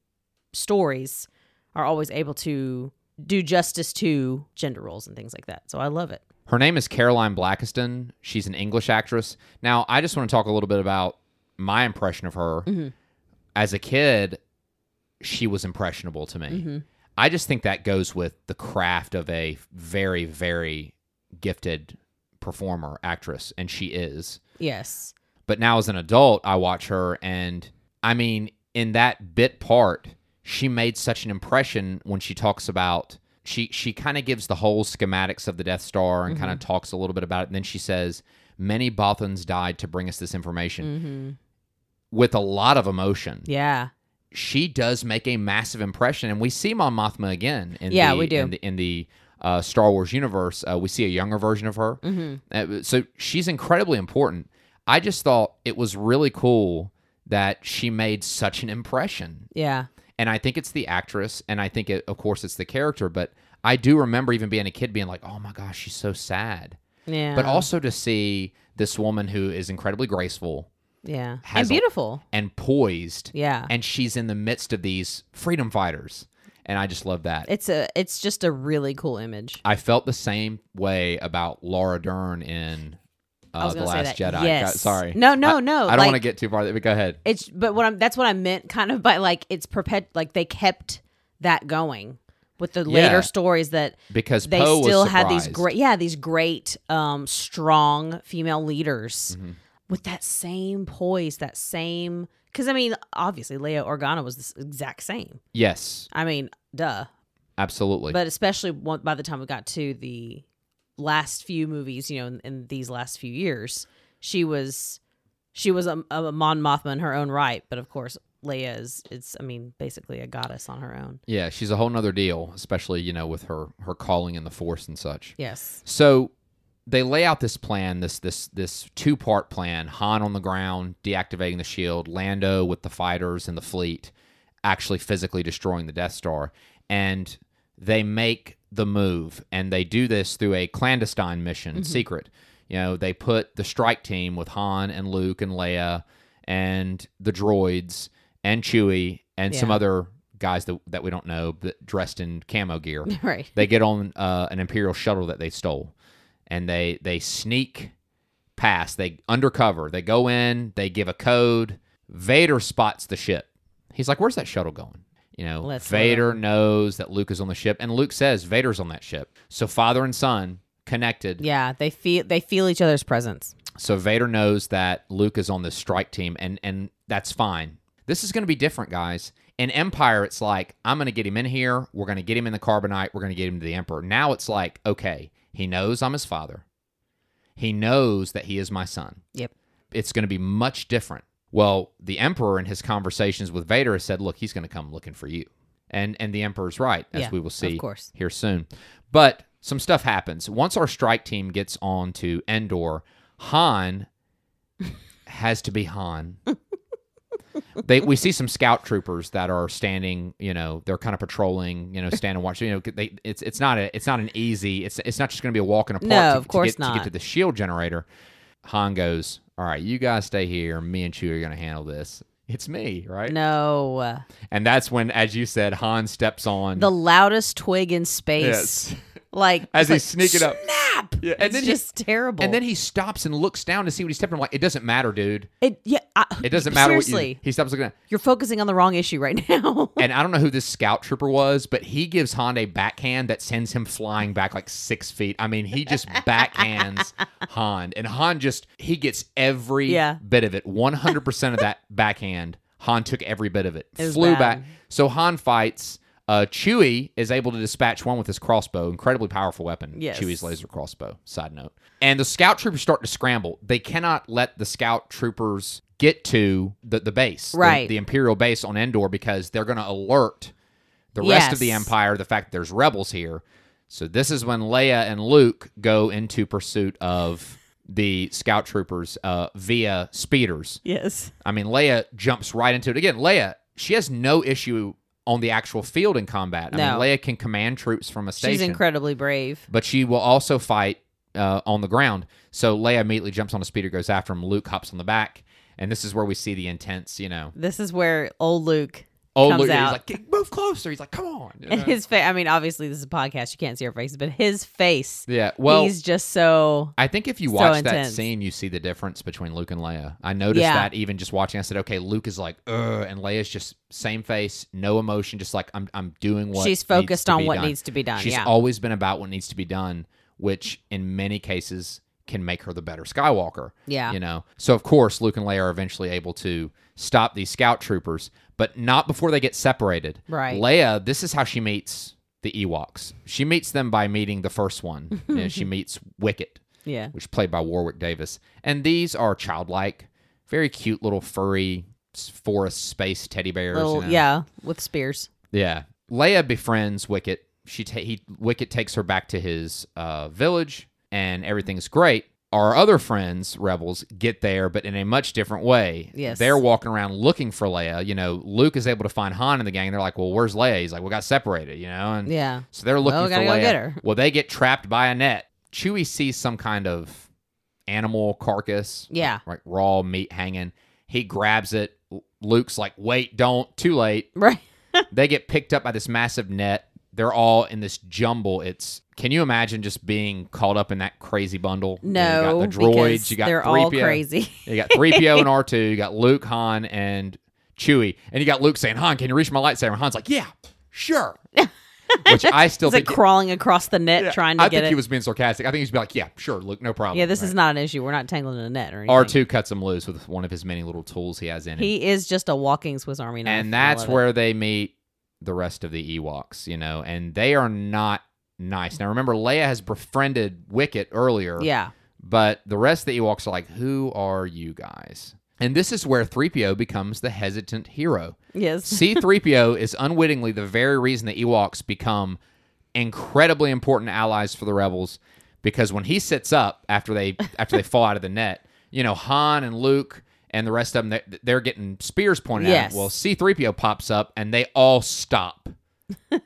B: stories are always able to do justice to gender roles and things like that. So I love it.
A: Her name is Caroline Blackiston. She's an English actress. Now, I just want to talk a little bit about my impression of her.
B: Mhm.
A: As a kid, she was impressionable to me.
B: Mhm.
A: I just think that goes with the craft of a very, very gifted performer, actress, and she is.
B: Yes.
A: But now, as an adult, I watch her, and I mean, in that bit part, she made such an impression when she talks about she she kind of gives the whole schematics of the Death Star and
B: Mm-hmm.
A: kind of talks a little bit about it, and then she says, "Many Bothans died to bring us this information,"
B: hmm
A: with a lot of emotion.
B: Yeah.
A: She does make a massive impression, and we see Mon Mothma again. In
B: Yeah,
A: the,
B: we do.
A: in the, in the uh, Star Wars universe. Uh, we see a younger version of her.
B: hmm
A: Uh, so she's incredibly important. I just thought it was really cool that she made such an impression.
B: Yeah.
A: And I think it's the actress, and I think, it, of course, it's the character, but I do remember even being a kid being like, oh my gosh, she's so sad.
B: Yeah.
A: But also to see this woman who is incredibly graceful
B: yeah. And
A: has a-
B: beautiful.
A: and poised,
B: yeah.
A: and she's in the midst of these freedom fighters. And I just love that.
B: It's a it's just a really cool image.
A: I felt the same way about Laura Dern in
B: I
A: uh,
B: was
A: The
B: gonna say
A: Last
B: that.
A: Jedi.
B: Yes.
A: God, sorry.
B: No, no, no.
A: I don't
B: like,
A: want to get too far there, but go ahead.
B: It's but what I'm that's what I meant kind of by like it's perpet like they kept that going with the
A: Yeah.
B: later stories that
A: Because
B: they
A: Poe
B: still
A: was
B: had these
A: surprised.
B: great yeah these great um strong female leaders
A: Mhm.
B: with that same poise that same because I mean obviously Leia Organa was the exact same
A: Yes,
B: I mean duh
A: absolutely.
B: but especially one, by the time we got to the last few movies, you know, in, in these last few years, she was she was a, a Mon Mothma in her own right, but of course Leia is it's I mean basically a goddess on her own.
A: yeah, she's a whole nother deal, especially you know with her her calling in the Force and such.
B: Yes.
A: So they lay out this plan, this this this two part plan. Han on the ground, deactivating the shield. Lando with the fighters and the fleet, actually physically destroying the Death Star, and they make the move, and they do this through a clandestine mission, secret. You know, they put the strike team with Han and Luke and Leia and the droids and Chewie and some
B: Yeah.
A: other guys that, that we don't know, but dressed in camo gear
B: right.
A: they get on uh, an imperial shuttle that they stole and they they sneak past they undercover they go in they give a code vader spots the ship he's like where's that shuttle going you know
B: Let's let
A: vader knows that luke is on the ship and luke says vader's on that ship so father and son connected
B: Yeah, they feel they feel each other's presence.
A: so Vader knows that Luke is on this strike team, and and that's fine. This is going to be different, guys. In Empire, it's like I'm going to get him in here. We're going to get him in the carbonite. We're going to get him to the Emperor. Now it's like, okay, he knows I'm his father. He knows that he is my son.
B: Yep.
A: It's going to be much different. Well, the Emperor in his conversations with Vader has said, look, he's going to come looking for you, and and the Emperor's right, as
B: Yeah,
A: we will see
B: of course.
A: here soon. But some stuff happens. Once our strike team gets on to Endor, Han has to be Han. they we see some scout troopers that are standing, you know, they're kind of patrolling, you know, stand and watch. You know, they it's it's not a it's not an easy. It's it's not just going to be a walk in a park.
B: No,
A: to,
B: of course
A: to get, to get
B: not.
A: to the shield generator. Han goes, "All right, you guys stay here. Me and Chewie are going to handle this. It's me, right?"
B: No.
A: And that's when, as you said, Han steps on
B: The loudest twig in space.
A: Yes.
B: Like
A: as he's
B: it's
A: sneaking up.
B: like, snap.
A: Yeah,
B: and then just terrible.
A: and then he stops and looks down to see what he's stepping. on. I'm like, it doesn't matter, dude.
B: it, yeah, I,
A: It doesn't matter what
B: Seriously,
A: you. He stops looking at.
B: you're focusing on the wrong issue right now.
A: And I don't know who this scout trooper was, but he gives Honda a backhand that sends him flying back like six feet. I mean, he just backhands Han, and Han just he gets every
B: Yeah.
A: bit of it. One hundred percent of that backhand, Han took every bit of it.
B: was
A: Flew
B: bad.
A: back. So Han fights. Uh, Chewie is able to dispatch one with his crossbow, incredibly powerful weapon.
B: Yes.
A: Chewie's laser crossbow. Side note. And the scout troopers start to scramble. They cannot let the scout troopers get to the, the base, the-
B: Right.
A: The, imperial base on Endor because they're going to alert the rest of the
B: Yes.
A: empire the fact that there's rebels here. So this is when Leia and Luke go into pursuit of the scout troopers uh, via speeders.
B: yes,
A: I mean, Leia jumps right into it. Again, Leia, she has no issue on the actual field in combat. I
B: No.
A: mean, Leia can command troops from a station
B: she's incredibly brave.
A: but she will also fight uh, on the ground. So Leia immediately jumps on a speeder, goes after him. Luke hops on the back, and this is where we see the intense, you know.
B: This is where old Luke
A: Oh,
B: Comes
A: Luke!
B: out.
A: He's like, "Get- move closer. He's like, come on. you
B: and
A: know?
B: his face. I mean, obviously this is a podcast; you can't see our faces, but his face.
A: yeah. Well,
B: he's just so
A: I think if you
B: so
A: watch that
B: intense.
A: scene, you see the difference between Luke and Leia. I noticed
B: Yeah.
A: that even just watching. I said, okay, Luke is like, Ugh, and Leia's just same face, no emotion, just like I'm, I'm doing what
B: she's
A: needs
B: focused
A: to
B: on
A: be
B: what
A: done.
B: needs to be done.
A: She's
B: yeah,
A: always been about what needs to be done, which in many cases can make her the better Skywalker.
B: yeah.
A: You know, so of course Luke and Leia are eventually able to stop these scout troopers, but not before they get separated.
B: Right.
A: Leia, this is how she meets the Ewoks. She meets them by meeting the first one. You know, she meets Wicket,
B: yeah,
A: which is played by Warwick Davis, and these are childlike, very cute little furry s- forest space teddy bears. you
B: little
A: know?
B: yeah with spears.
A: Yeah. Leia befriends Wicket. She ta- he Wicket takes her back to his uh, village, and everything's great. Our other friends, rebels, get there, but in a much different way.
B: Yes.
A: They're walking around looking for Leia. You know, Luke is able to find Han in the gang. They're like, "Well, where's Leia?" He's like, "We got separated," you know, and
B: Yeah,
A: so they're looking
B: Well,
A: for
B: gotta go
A: Leia.
B: get her.
A: Well, they get trapped by a net. Chewie sees some kind of animal carcass,
B: yeah,
A: like raw meat hanging. He grabs it. L- Luke's like, "Wait, don't! Too late."
B: right.
A: they get picked up by this massive net. They're all in this jumble. It's can you imagine just being caught up in that crazy bundle? You
B: No,
A: know, you got the droids.
B: because
A: You got
B: they're
A: 3PO.
B: all crazy.
A: You got three PO and R two. You got Luke, Han, and Chewie, and you got Luke saying, "Han, can you reach my lightsaber?" And Han's like, "Yeah, sure." Which I still
B: It's like
A: think.
B: crawling across the net
A: yeah,
B: trying to
A: I
B: get
A: think
B: it.
A: he was being sarcastic. I think he's like, "Yeah, sure, Luke, no problem."
B: yeah, this is not an issue. We're not tangled in a net or anything.
A: R two cuts him loose with one of his many little tools he has in him.
B: He is just a walking Swiss Army knife.
A: and
B: I
A: that's
B: love it.
A: where they meet the rest of the Ewoks, you know, and they are not nice. Now remember, Leia has befriended Wicket earlier,
B: Yeah,
A: but the rest of the Ewoks are like, "Who are you guys?" And this is where 3PO becomes the hesitant hero.
B: yes,
A: C3PO is unwittingly the very reason the Ewoks become incredibly important allies for the rebels because when he sits up after they after they fall out of the net, you know, Han and Luke and the rest of them they're, they're getting spears pointed at
B: Yes.
A: them. Well, C3PO pops up and they all stop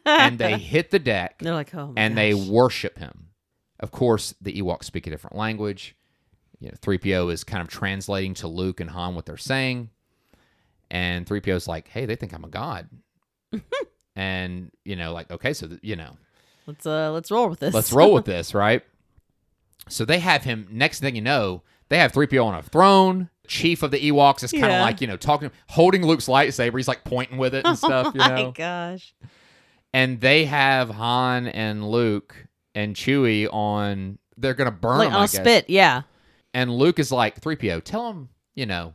A: and they hit the deck
B: they're like, oh, my
A: and they worship him. Of course, the Ewoks speak a different language. You know, 3PO is kind of translating to Luke and Han what they're saying. And 3PO's like, hey, they think I'm a god. and, you know, like, okay, so, th- you know,
B: let's uh, let's roll with this.
A: let's roll with this, right? So they have him, next thing you know, they have 3PO on a throne. Chief of the Ewoks is kind of
B: Yeah. Oh
A: like, you know, talking, holding Luke's lightsaber. He's like pointing with it and stuff, you know?
B: My gosh,
A: and they have Han and Luke and Chewie on. They're gonna burn
B: like
A: him,
B: on
A: I
B: a
A: guess.
B: spit. Yeah,
A: And Luke is like, "3PO, tell him, you know,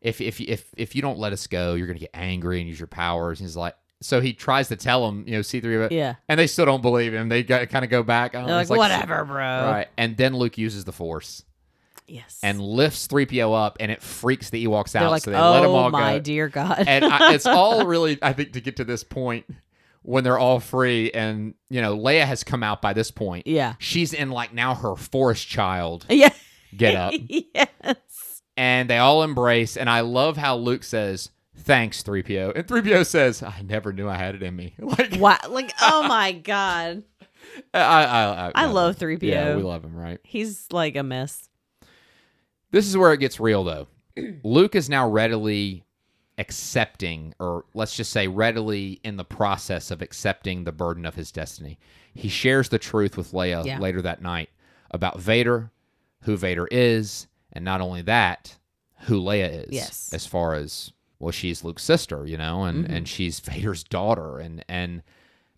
A: if if if if you don't let us go, you're gonna get angry and use your powers." And he's like, so he tries to tell him, you know, C3PO,
B: yeah.
A: and they still don't believe him. They got kind of go back. on
B: They're like,
A: uh, It's
B: whatever, bro.
A: Right, and then Luke uses the Force
B: Yes.
A: and lifts 3PO up, and it freaks the Ewoks
B: they're
A: out.
B: like,
A: so they
B: oh
A: let them all
B: my
A: go
B: dear God.
A: and I, it's all really i think to get to this point when they're all free and you know leia has come out by this point
B: yeah.
A: she's in like now her forest child
B: Yeah.
A: get up
B: yes.
A: and they all embrace and i love how luke says thanks 3po and 3po says i never knew i had it in me like
B: Wow. Like, oh my God.
A: i i i,
B: I love 3PO.
A: yeah we love him right
B: He's like a mess.
A: This is where it gets real, though. Luke is now readily accepting, or let's just say, readily in the process of accepting the burden of his destiny. He shares the truth with Leia
B: Yeah.
A: later that night about Vader, who Vader is, and not only that, who Leia is.
B: Yes. Mm-hmm.
A: As far as well, she's Luke's sister, you know, and and she's Vader's daughter, and and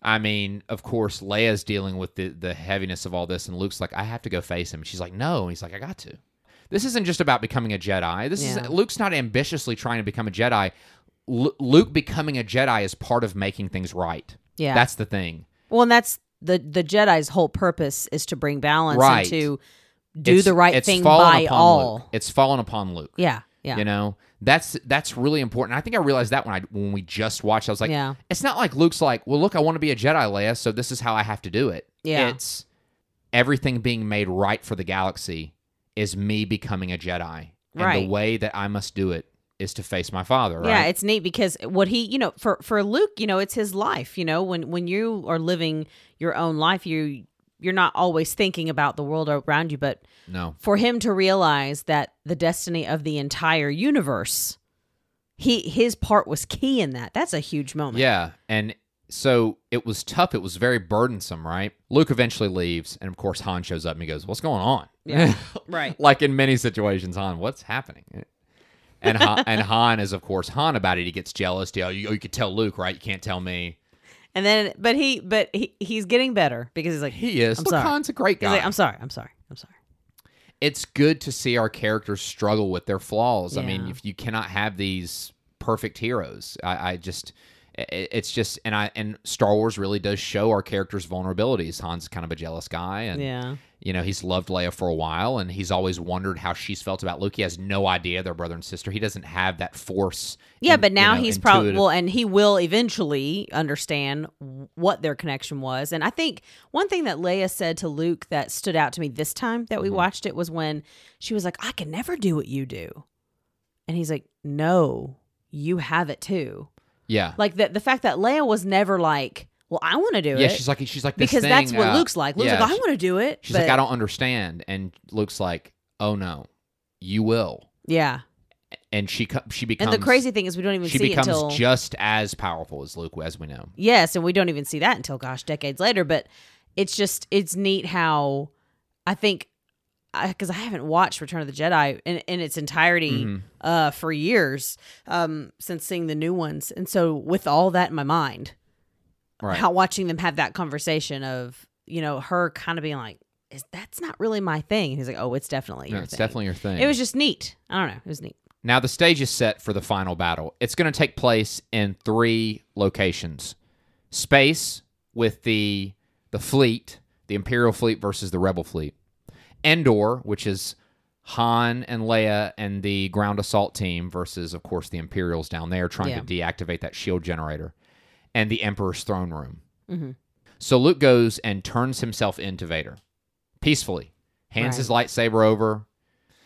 A: I mean, of course, Leia's dealing with the the heaviness of all this, and Luke's like, I have to go face him. And she's like, No, and he's like, I got to. This isn't just about becoming a Jedi. This
B: Yeah.
A: is Luke's not ambitiously trying to become a Jedi. Lu Luke becoming a Jedi is part of making things right.
B: Yeah.
A: That's the thing.
B: Well, and that's the the Jedi's whole purpose is to bring balance
A: Right.
B: and to do
A: It's-
B: the right
A: it's
B: thing
A: fallen
B: by
A: upon
B: all.
A: Luke. It's fallen upon Luke.
B: Yeah, yeah,
A: You know, that's that's really important. I think I realized that when I when we just watched, I was like,
B: yeah,
A: it's not like Luke's like, well, look, I want to be a Jedi, Leia, so this is how I have to do it.
B: Yeah.
A: It's everything being made right for the galaxy is me becoming a Jedi, and the
B: Right.
A: way that I must do it is to face my father. Right?
B: yeah. It's neat because what he, you know, for for Luke, you know, it's his life. You know, when when you are living your own life, you you're not always thinking about the world around you, but
A: no.
B: for him to realize that the destiny of the entire universe, he his part was key in that. That's a huge moment.
A: Yeah, and so it was tough. It was very burdensome, right? Luke eventually leaves, and of course Han shows up and he goes, "What's going on?"
B: Yeah. right.
A: like in many situations, Han, what's happening? And Han, and Han is of course Han about it. He gets jealous. You, you, you could tell Luke, right? You can't tell me.
B: And then, but he, but he, he's getting better because he's like,
A: He is.
B: I'm
A: Look,
B: sorry.
A: Han's a great
B: he's
A: guy.
B: like, I'm sorry, I'm sorry, I'm sorry.
A: it's good to see our characters struggle with their flaws. I mean,
B: Yeah.
A: if you cannot have these perfect heroes, I, I just i- i- it's just and I and Star Wars really does show our characters' vulnerabilities. Han's kind of a jealous guy, and
B: Yeah.
A: you know he's loved Leia for a while, and he's always wondered how she's felt about Luke. He has no idea they're brother and sister. He doesn't have that force.
B: Yeah,
A: in-
B: but
A: you
B: now
A: know,
B: he's probably
A: intuitive-
B: well, and he will eventually understand w- what their connection was. And I think one thing that Leia said to Luke that stood out to me this time that we
A: Mm-hmm.
B: watched it was when she was like, "I can never do what you do," and he's like, "No, you have it too."
A: yeah.
B: Like the the fact that Leia was never like, "Well, I want to do
A: yeah,
B: it,"
A: she's like she's like this
B: because
A: thing,
B: that's what
A: uh,
B: Luke's like. Luke's
A: yeah,
B: like, "I
A: she-
B: want to do it,"
A: She's
B: but
A: like, I don't understand, and Luke's like, Oh no, you will.
B: yeah.
A: And she co- she
B: And
A: becomes
B: the crazy thing is, we don't even
A: she
B: see
A: becomes
B: until
A: just as powerful as Luke as we know.
B: Yes, and we don't even see that until gosh, decades later. But it's just it's neat how I think because I, haven't watched Return of the Jedi in, in its entirety
A: Mhm.
B: uh, for years um, since seeing the new ones, and so with all that in my mind,
A: Right.
B: how watching them have that conversation of you know her kind of being like, "Is that's not really my thing?" And he's like, "Oh, it's definitely
A: No,
B: your
A: it's
B: thing."
A: definitely your thing.
B: It was just neat. I don't know. It was neat.
A: now the stage is set for the final battle. It's going to take place in three locations: space with the the fleet, the Imperial fleet versus the Rebel fleet; Endor, which is Han and Leia and the ground assault team versus, of course, the Imperials down there trying to deactivate that shield generator, and the Emperor's throne room.
B: Mhm.
A: So Luke goes and turns himself into Vader peacefully, hands
B: Right.
A: his lightsaber over.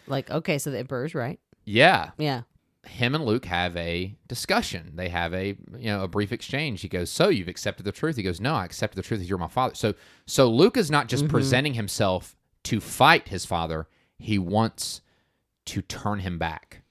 B: Like, okay, so the Emperor's right.
A: Yeah,
B: Yeah.
A: him and Luke have a discussion. They have a you know a brief exchange. He goes, "So you've accepted the truth?" He goes, "No, I accepted the truth. You're my father." So so Luke is not
B: Mm-hmm.
A: just presenting himself to fight his father. He wants to turn him back.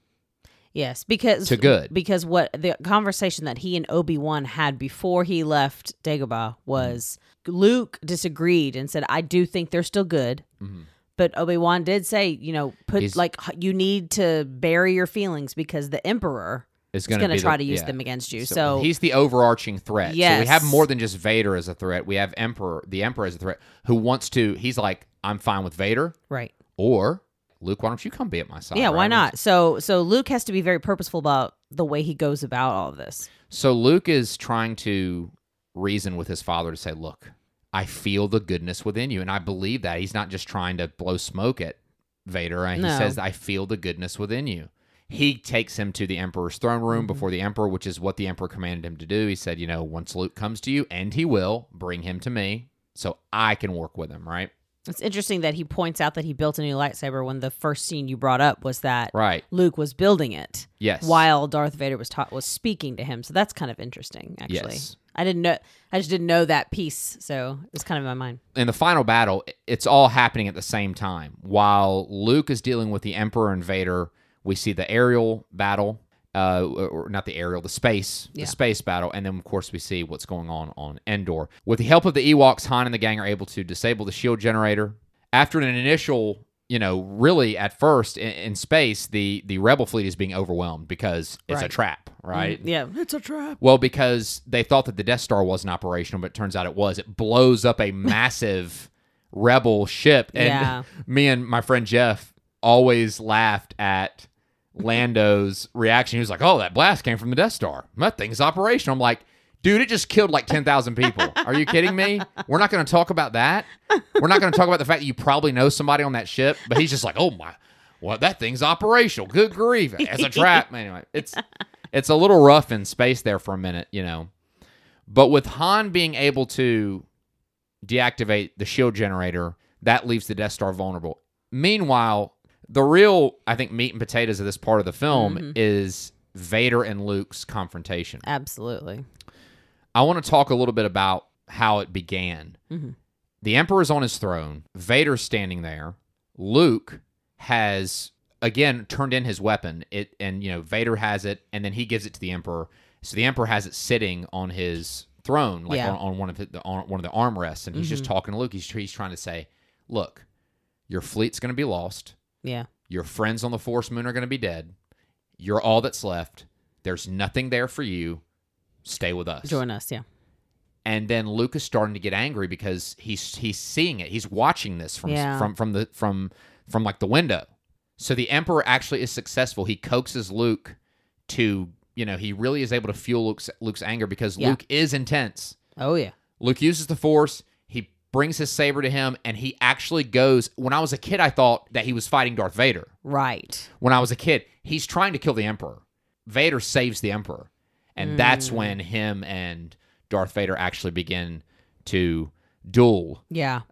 B: Yes, because
A: To good.
B: because what the conversation that he and Obi Wan had before he left Dagobah was Luke disagreed and said, "I do think they're still good,"
A: Mm-hmm.
B: but Obi Wan did say, "You know, put
A: He's-
B: like h- you need to bury your feelings because the Emperor
A: Is
B: is
A: going
B: going to
A: to
B: try to use
A: yeah.
B: them against you." So,
A: he's the overarching threat. So we have
B: Yes.
A: more than just Vader as a threat. We have Emperor, the Emperor as a threat, who wants to. He's like, "I'm fine with Vader,"
B: right,
A: or Luke, why don't you come be at my side?
B: yeah, why
A: right?
B: not? So so Luke has to be very purposeful about the way he goes about all of this.
A: So Luke is trying to reason with his father to say, "Look, I feel the goodness within you, and I believe that." He's not just trying to blow smoke at Vader. He
B: No.
A: says, "I feel the goodness within you." He takes him to the Emperor's throne room before the Emperor, which is what the Emperor commanded him to do. He said, "You know, once Luke comes to you, and he will, bring him to me, so I can work with him." Right,
B: It's interesting that he points out that he built a new lightsaber when the first scene you brought up was that
A: right,
B: Luke was building it.
A: yes.
B: while Darth Vader was taught was speaking to him. So that's kind of interesting, actually.
A: Yes.
B: I didn't know. I just didn't know that piece, so it's kind of in my mind.
A: in the final battle, it's all happening at the same time. While Luke is dealing with the Emperor and Vader, we see the aerial battle, uh, or not the aerial, the space,
B: Yeah.
A: the space battle, and then of course we see what's going on on Endor. With the help of the Ewoks, Han and the gang are able to disable the shield generator. after an initial, you know, really at first in, in space, the the rebel fleet is being overwhelmed because it's a
B: Right. Mm-hmm.
A: trap, right?
B: Yeah, it's a trap.
A: Well, because they thought that the Death Star wasn't operational, but it turns out it was. It blows up a massive rebel ship. And
B: Yeah.
A: me and my friend Jeff always laughed at Lando's reaction. He was like, Oh, that blast came from the Death Star. That thing's operational. I'm like, Dude, it just killed like 10,000 people. Are you kidding me? We're not going to talk about that. We're not going to talk about the fact that you probably know somebody on that ship, but he's just like, oh my, well, that thing's operational. Good grief. As a trap. Anyway, it's it's a little rough in space there for a minute, you know. But with Han being able to deactivate the shield generator, that leaves the Death Star vulnerable. Meanwhile, the real, I think, meat and potatoes of this part of the film
B: Mhm.
A: is Vader and Luke's confrontation.
B: Absolutely.
A: I want to talk a little bit about how it began.
B: Mhm.
A: The Emperor's on his throne, Vader's standing there. Luke has again turned in his weapon. It and you know Vader has it and then he gives it to the Emperor. So the Emperor has it sitting on his throne like
B: Yeah. Mm-hmm.
A: on, on one of the on one of the armrests and he's just talking to Luke. He's he's trying to say, "Look, your fleet's going to be lost.
B: Yeah.
A: Your friends on the Force Moon are going to be dead. You're all that's left. There's nothing there for you. Stay with us."
B: Join us. Yeah.
A: and then Luke is starting to get angry because he's he's seeing it. He's watching this from
B: Yeah.
A: from from the from from like the window. So the Emperor actually is successful. He coaxes Luke to you know he really is able to fuel Luke's Luke's anger because
B: Yeah.
A: Luke is intense.
B: Oh yeah.
A: Luke uses the Force. He brings his saber to him, and he actually goes. When I was a kid, I thought that he was fighting Darth Vader
B: Right.
A: when I was a kid. He's trying to kill the Emperor. Vader saves the Emperor. And that's
B: Hmm.
A: when him and Darth Vader actually begin to duel.
B: Yeah.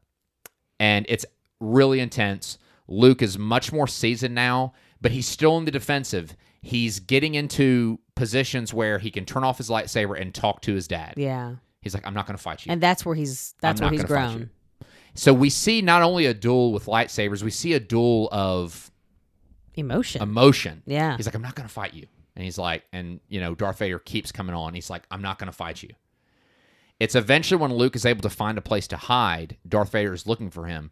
A: And it's really intense. Luke is much more seasoned now, but he's still in the defensive. He's getting into positions where he can turn off his lightsaber and talk to his dad.
B: Yeah.
A: He's like, I'm not going to fight you.
B: And that's where he's. That's
A: I'm
B: where
A: not
B: he's
A: gonna fight
B: grown.
A: so we see not only a duel with lightsabers, we see a duel of
B: Emotion.
A: emotion.
B: yeah.
A: He's like, I'm not going to fight you. And he's like, and you know, Darth Vader keeps coming on. He's like, I'm not going to fight you. It's eventually when Luke is able to find a place to hide, Darth Vader is looking for him.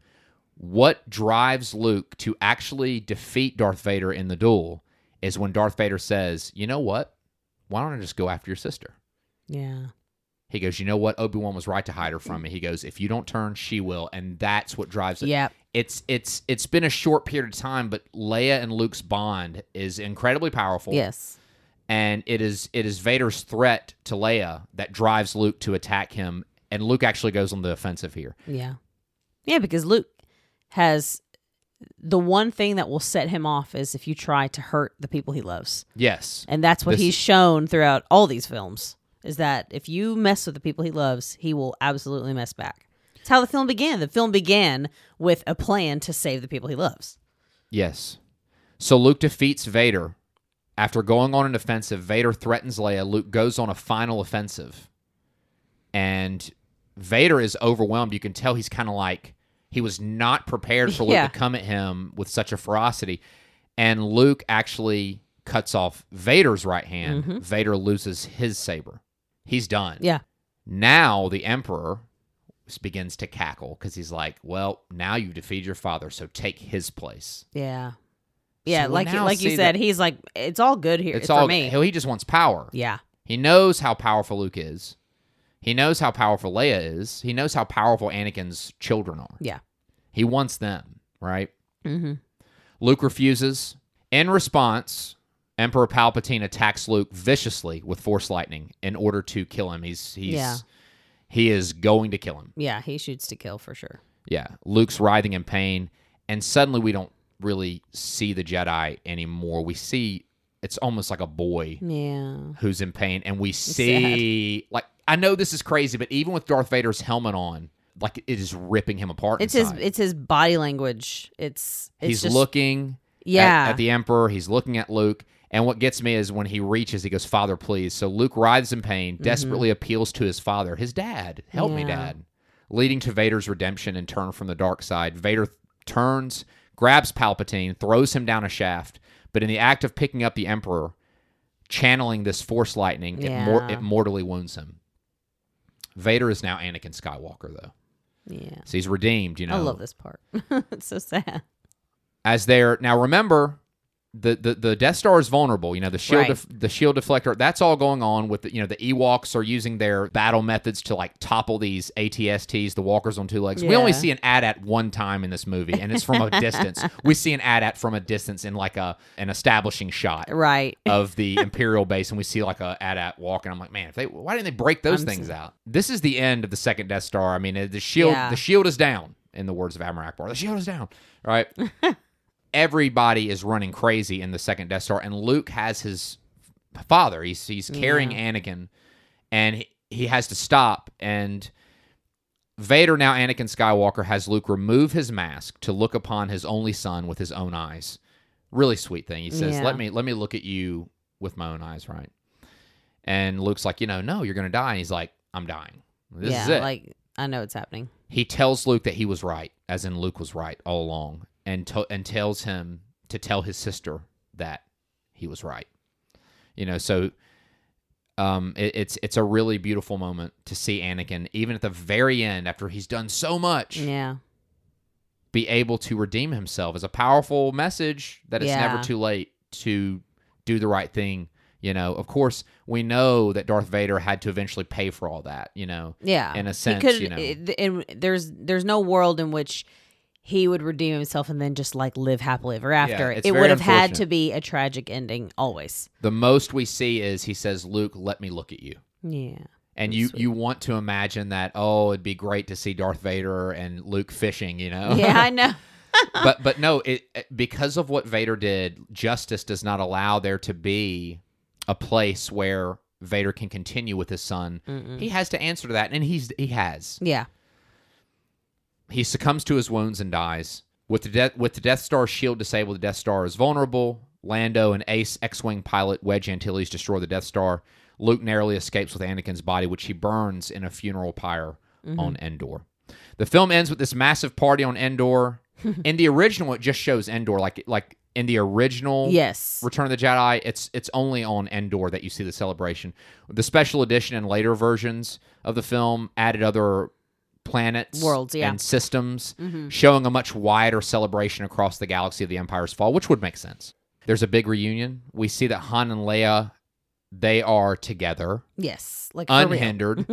A: What drives Luke to actually defeat Darth Vader in the duel is when Darth Vader says, You know what? Why don't I just go after your sister?
B: Yeah.
A: He goes, You know what? Obi Wan was right to hide her from me. He goes, If you don't turn, she will. And that's what drives it
B: Yeah.
A: it's it's it's been a short period of time, but Leia and Luke's bond is incredibly powerful.
B: Yes.
A: And it is it is Vader's threat to Leia that drives Luke to attack him. And Luke actually goes on the offensive here.
B: Yeah. Yeah, because Luke has the one thing that will set him off is if you try to hurt the people he loves.
A: Yes.
B: And that's what
A: This-
B: he's shown throughout all these films is that if you mess with the people he loves, he will absolutely mess back. It's how the film began. The film began with a plan to save the people he loves.
A: Yes. So Luke defeats Vader. After going on an offensive, Vader threatens Leia. Luke goes on a final offensive. And Vader is overwhelmed. You can tell he's kind of like he was not prepared for Luke
B: Yeah.
A: to come at him with such a ferocity. And Luke actually cuts off Vader's right hand. Vader loses his saber. He's done.
B: Mm-hmm. Yeah.
A: Now the emperor s- begins to cackle because he's like, "Well, now you defeated your father, so take his place."
B: Yeah. Yeah,
A: So we'll
B: like
A: now
B: like
A: see
B: you said,
A: that-
B: he's like, it's all good here.
A: It's
B: for
A: all
B: me.
A: hell, he just wants power.
B: Yeah,
A: He knows how powerful Luke is. He knows how powerful Leia is. He knows how powerful Anakin's children are.
B: yeah.
A: He wants them, right?
B: hmm
A: Luke refuses. In response, Emperor Palpatine attacks Luke viciously with force lightning in order to kill him. He's he's
B: Yeah.
A: he is going to kill him.
B: Yeah, he shoots to kill for sure.
A: Yeah, Luke's writhing in pain, and suddenly we don't really see the Jedi anymore. We see it's almost like a boy
B: Yeah.
A: who's in pain, and we see like I know this is crazy, but even with Darth Vader's helmet on, like it is ripping him apart.
B: It's his
A: inside.
B: it's his body language. It's, it's
A: He's
B: just,
A: looking at-
B: yeah
A: at, the Emperor. He's looking at Luke. And what gets me is when he reaches, he goes, Father, please. So Luke writhes in pain, desperately appeals to his father, his dad, help me,
B: Mm-hmm. Yeah.
A: dad, leading to Vader's redemption and turn from the dark side. Vader th- turns, grabs Palpatine, throws him down a shaft, but in the act of picking up the Emperor, channeling this force lightning, it, mor-
B: Yeah.
A: it mortally wounds him. Vader is now Anakin Skywalker, though.
B: Yeah.
A: So he's redeemed, you know.
B: I love this part. it's so sad.
A: As they're now remember the, the, the Death Star is vulnerable. You know the shield
B: Right.
A: def- the shield deflector. That's all going on with the, you know the Ewoks are using their battle methods to like topple these ATSTs, the walkers on two legs. We only
B: Yeah.
A: see an ad at one time in this movie, and it's from a distance. We see an ad at from a distance in like a an establishing shot
B: Right.
A: of the Imperial base, and we see like a AT-AT walk, and I'm like, man, if they why didn't they break those
B: I'm
A: things out? This is the end of the second Death Star. I mean, uh, the shield
B: Yeah.
A: the shield is down. In the words of Admiral Akbar, the shield is down. Right. Everybody is running crazy in the second Death Star, and Luke has his father. He's he's carrying Anakin, and he, he has to stop and. Vader now Anakin Skywalker has Luke remove his mask to look upon his only son with his own eyes. Really sweet thing. He says,
B: Yeah.
A: "Let me let me look at you with my own eyes, right?" And Luke's like, "You know, no, you're going to die." And he's like, "I'm dying. This
B: yeah.
A: is it."
B: Like I know it's happening.
A: he tells Luke that he was right, as in Luke was right all along, and to- and tells him to tell his sister that he was right. You know, so um, it, it's it's a really beautiful moment to see Anakin, even at the very end, after he's done so much,
B: Yeah.
A: be able to redeem himself. Is a powerful message that it's
B: Yeah.
A: never too late to do the right thing. You know, of course, we know that Darth Vader had to eventually pay for all that. You know,
B: Yeah.
A: in a
B: he
A: sense,
B: could
A: you know,
B: it- and there's there's no world in which he would redeem himself and then just like live happily ever after.
A: it's
B: it
A: very
B: would have had
A: unfortunate.
B: to be a tragic ending always.
A: the most we see is he says, "Luke, let me look at you."
B: Yeah.
A: And
B: That's
A: you,
B: sweet.
A: you want to imagine that oh it'd be great to see Darth Vader and Luke fishing you know
B: Yeah, I know.
A: but but no it it- because of what Vader did justice does not allow there to be a place where Vader can continue with his son
B: Mm-mm.
A: he has to answer to that and he's he has
B: Yeah.
A: he succumbs to his wounds and dies with the death with the Death Star shield disabled the Death Star is vulnerable Lando and Ace X-wing pilot Wedge Antilles destroy the Death Star Luke narrowly escapes with Anakin's body which he burns in a funeral pyre
B: Mm-hmm.
A: on Endor the film ends with this massive party on Endor in the original it just shows Endor like like in the original
B: Yes.
A: Return of the Jedi, it's it's only on Endor that you see the celebration. The special edition and later versions of the film added other planets,
B: Worlds, yeah.
A: and systems,
B: Mm-hmm.
A: showing a much wider celebration across the galaxy of the Empire's fall, which would make sense. There's a big reunion. We see that Han and Leia, they are together,
B: Yes. Like for real.
A: unhindered.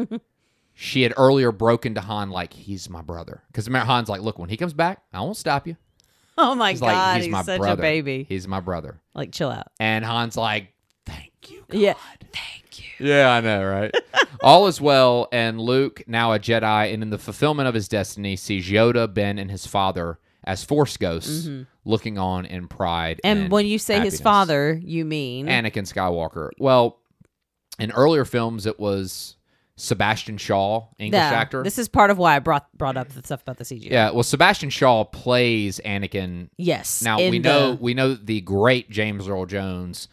A: she had earlier broken to Han like he's my brother, because Han's like, look, when he comes back, I won't stop you.
B: Oh my
A: He's
B: god,
A: like,
B: he's,
A: he's my
B: such
A: brother.
B: a baby.
A: He's my brother,
B: like chill out.
A: and Han's like, thank you. God.
B: Yeah. Thank you.
A: Yeah, I know, right? All is well, and Luke, now a Jedi, and in the fulfillment of his destiny, sees Yoda, Ben, and his father as Force ghosts, looking on in pride.
B: Mm-hmm. And,
A: And,
B: when you say
A: happiness.
B: his father, you mean
A: Anakin Skywalker. Well, in earlier films, it was Sebastian Shaw, English
B: Yeah.
A: actor.
B: This is part of why I brought brought up the stuff about the CGI.
A: yeah, well, Sebastian Shaw plays Anakin.
B: Yes.
A: Now
B: in
A: we know
B: the-
A: we know that the great James Earl Jones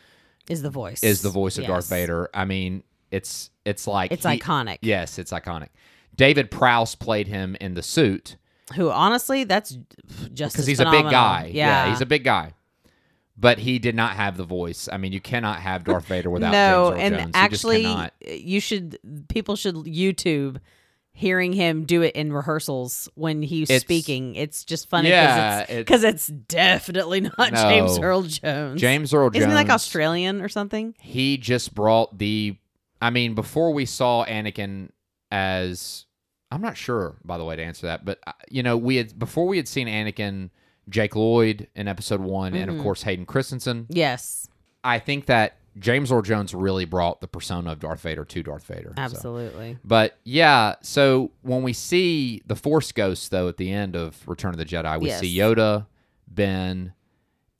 B: is the voice.
A: is the voice of Darth
B: Yes.
A: Vader. I mean, it's it's like
B: It's
A: he-
B: iconic.
A: Yes, it's iconic. David Prowse played him in the suit
B: Who honestly, that's just
A: because
B: as
A: he's a big
B: phenomenal.
A: guy.
B: Yeah.
A: he's a big guy. But he did not have the voice. I mean, you cannot have Darth Vader without
B: no,
A: James Earl
B: and
A: Jones.
B: actually,
A: you just cannot.
B: you should people should YouTube hearing him do it in rehearsals when he's
A: It's-
B: speaking. It's just funny
A: Yeah,
B: because
A: it-
B: it's, 'cause it's definitely not James
A: No.
B: Earl Jones.
A: James Earl Jones.
B: Isn't he like Australian or something?
A: He just brought the. I mean, before we saw Anakin as, I'm not sure by the way to answer that, but uh, you know, we had before we had seen Anakin, Jake Lloyd in Episode One, and of course Hayden Christensen.
B: Yes,
A: I think that James Earl Jones really brought the persona of Darth Vader to Darth Vader. so.
B: absolutely.
A: But yeah, so when we see the Force Ghosts, though, at the end of Return of the Jedi, we
B: Yes.
A: see Yoda, Ben,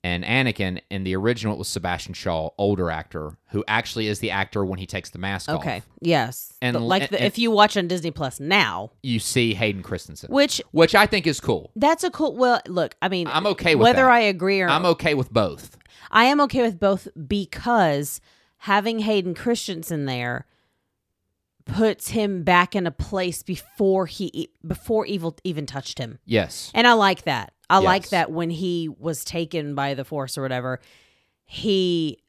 A: and Anakin. In the original, it was Sebastian Shaw, older actor, who actually is the actor when he takes the mask off.
B: Okay. Yes.
A: And
B: And
A: l-
B: like,
A: and-
B: the,
A: and-
B: if you watch on Disney Plus now,
A: You see Hayden Christensen,
B: which
A: which I think is cool.
B: that's a cool. Well, look, I mean,
A: I'm okay with
B: whether
A: that.
B: I agree or
A: I'm okay with both.
B: I am okay with both because having Hayden Christensen there puts him back in a place before he e, before evil even touched him.
A: Yes.
B: And I like that. I like
A: Yes.
B: that when he was taken by the force or whatever, he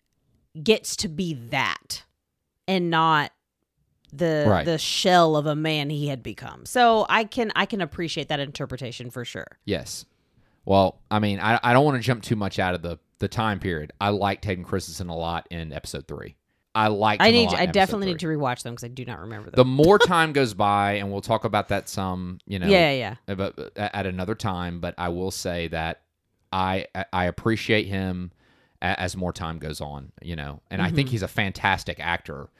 B: gets to be that and not the
A: Right.
B: the shell of a man he had become. So I can I can appreciate that interpretation for sure.
A: Yes. Well, I mean, I, I don't want to jump too much out of the, the time period. I liked Hayden Christensen a lot in episode three. I liked.
B: I
A: him a
B: need
A: lot
B: I
A: in episode
B: definitely
A: three.
B: need to rewatch them because I do not remember
A: The
B: them.
A: more time goes by, and we'll talk about that some, you know,
B: yeah, yeah, yeah.
A: about, at another time. But I will say that I I- I appreciate him a- as more time goes on, you know, and I
B: Mm-hmm.
A: think he's a fantastic actor.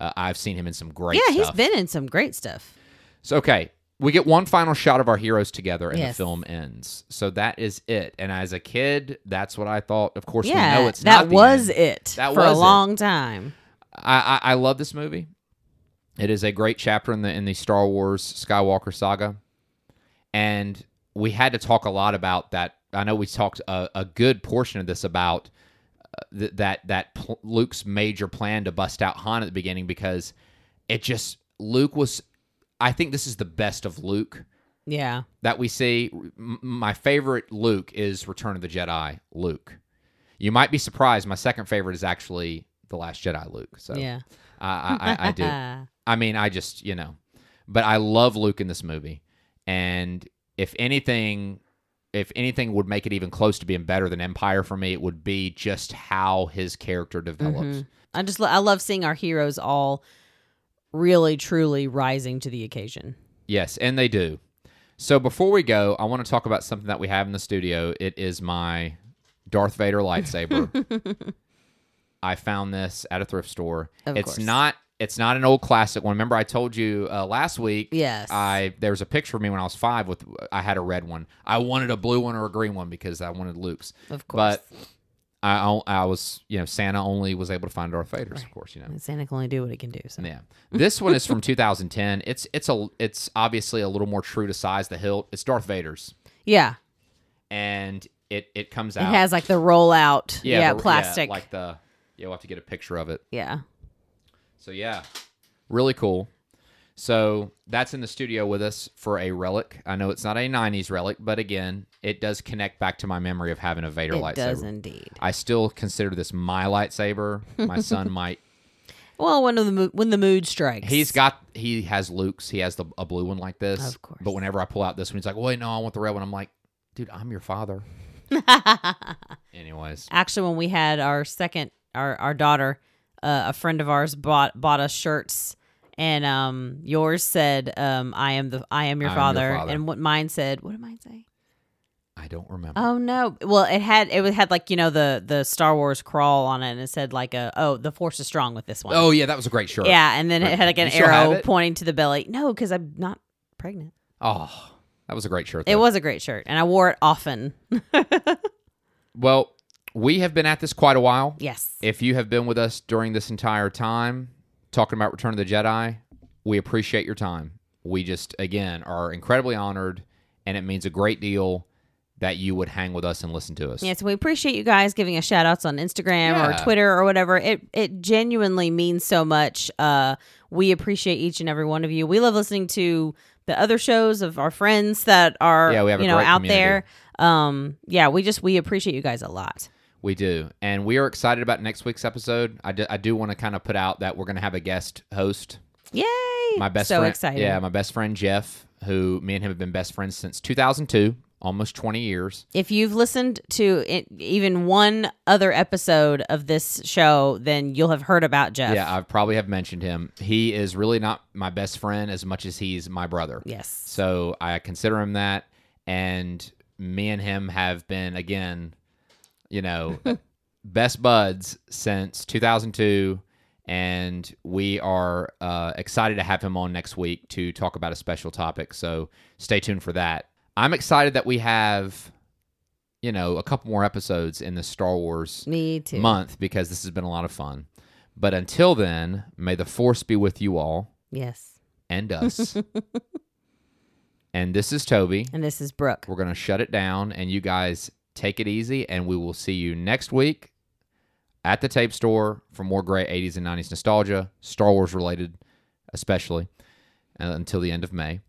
A: Uh, I've seen him in some great
B: Yeah, he's
A: stuff.
B: been in some great stuff.
A: So okay, we get one final shot of our heroes together, and
B: Yes.
A: the film ends. So that is it. And as a kid, that's what I thought. Of course,
B: yeah,
A: we know it's
B: that
A: not the
B: was
A: end.
B: it
A: That
B: for
A: was it.
B: a long time.
A: I, I I love this movie. It is a great chapter in the in the Star Wars Skywalker saga, and we had to talk a lot about that. I know we talked a, a good portion of this about uh, th- that that pl- Luke's major plan to bust out Han at the beginning because it just Luke was. I think this is the best of Luke
B: Yeah,
A: that we see. M- my favorite Luke is Return of the Jedi Luke. You might be surprised. My second favorite is actually the Last Jedi Luke. So
B: yeah.
A: I, I, I, I do. I mean, I just you know, but I love Luke in this movie, and if anything, if anything would make it even close to being better than Empire for me, it would be just how his character develops.
B: Mhm. I just lo- I love seeing our heroes all really truly rising to the occasion.
A: Yes, and they do. So before we go, I want to talk about something that we have in the studio. It is my Darth Vader lightsaber. I found this at a thrift store.
B: Of
A: it's
B: course.
A: not it's not an old classic one. Remember I told you uh, last week
B: Yes.
A: I there was a picture of me when I was 5 with I had a red one. I wanted a blue one or a green one because I wanted Luke's.
B: Of course.
A: But I I I was, you know, Santa only was able to find Darth Vader's, of course, you know.
B: And Santa can only do what it can do. So.
A: Yeah. This one is from 2010. It's it's a it's obviously a little more true to size the hilt. It's Darth Vader's
B: Yeah.
A: and it it comes
B: It
A: out
B: has like the rollout. Yeah,
A: the-
B: plastic. Yeah.
A: like the yeah, we'll have to get a picture of it.
B: yeah.
A: So yeah. Really cool. So that's in the studio with us for a relic. I know it's not a 90s relic, but again, it does connect back to my memory of having a Vader
B: It
A: lightsaber.
B: does indeed.
A: I still consider this my lightsaber. My son might
B: Well, when the mo- when the mood strikes,
A: He's got he has Luke's. He has the a blue one like this.
B: Of course.
A: But whenever I pull out this one, he's like, "Wait, no, I want the red one." I'm like, "Dude, I'm your father." Anyways,
B: actually when we had our second our our daughter, uh, a friend of ours bought bought us shirts. And um, yours said, um, "I am the I am
A: I am your
B: your, father.
A: father.
B: and what mine said, "What did mine say?"
A: I don't remember.
B: Oh no! Well, it had it had like you know the the Star Wars crawl on it, and it said like a oh the Force is strong with this one.
A: oh yeah, that was a great shirt.
B: yeah, and then it had like
A: You
B: an
A: still have
B: arrow
A: it?
B: pointing to the belly. No, because I'm not pregnant.
A: Oh, that was a great shirt.
B: It
A: though.
B: was a great shirt, and I wore it often.
A: well, we have been at this quite a while.
B: yes,
A: If you have been with us during this entire time talking about Return of the Jedi, we appreciate your time. We just, again, are incredibly honored, and it means a great deal that you would hang with us and listen to us.
B: yes. We appreciate you guys giving us shout outs on Instagram
A: Yeah.
B: or Twitter or whatever. It it genuinely means so much. Uh, we appreciate each and every one of you. We love listening to the other shows of our friends that are
A: Yeah, we have a
B: you know
A: great
B: out
A: community.
B: there. Um, yeah, we just we appreciate you guys a lot.
A: We do. And we are excited about next week's episode. I do, I do want to kind of put out that we're going to have a guest host.
B: Yay!
A: My best
B: so
A: friend.
B: excited.
A: Yeah, my best friend, Jeff, who me and him have been best friends since 2002, almost 20 years.
B: If you've listened to it, even one other episode of this show, then you'll have heard about Jeff.
A: Yeah, I probably have mentioned him. He is really not my best friend as much as he's my brother.
B: yes.
A: So I consider him that. And me and him have been, again, you know, best buds since 2002. And we are uh, excited to have him on next week to talk about a special topic. So stay tuned for that. I'm excited that we have, you know, a couple more episodes in the Star Wars
B: Me too.
A: month because this has been a lot of fun. But until then, may the force be with you all
B: yes.
A: and us. and this is Toby.
B: And this is Brooke.
A: We're going to shut it down, and you guys take it easy, and we will see you next week at the tape store for more great 80s and 90s nostalgia, Star Wars related, especially uh, until the end of May.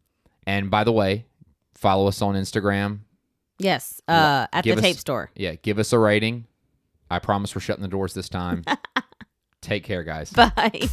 A: And by the way, follow us on Instagram.
B: Yes. Uh, at the
A: Give us-
B: tape store.
A: Yeah, give us a rating. I promise we're shutting the doors this time. take care, guys.
B: Bye.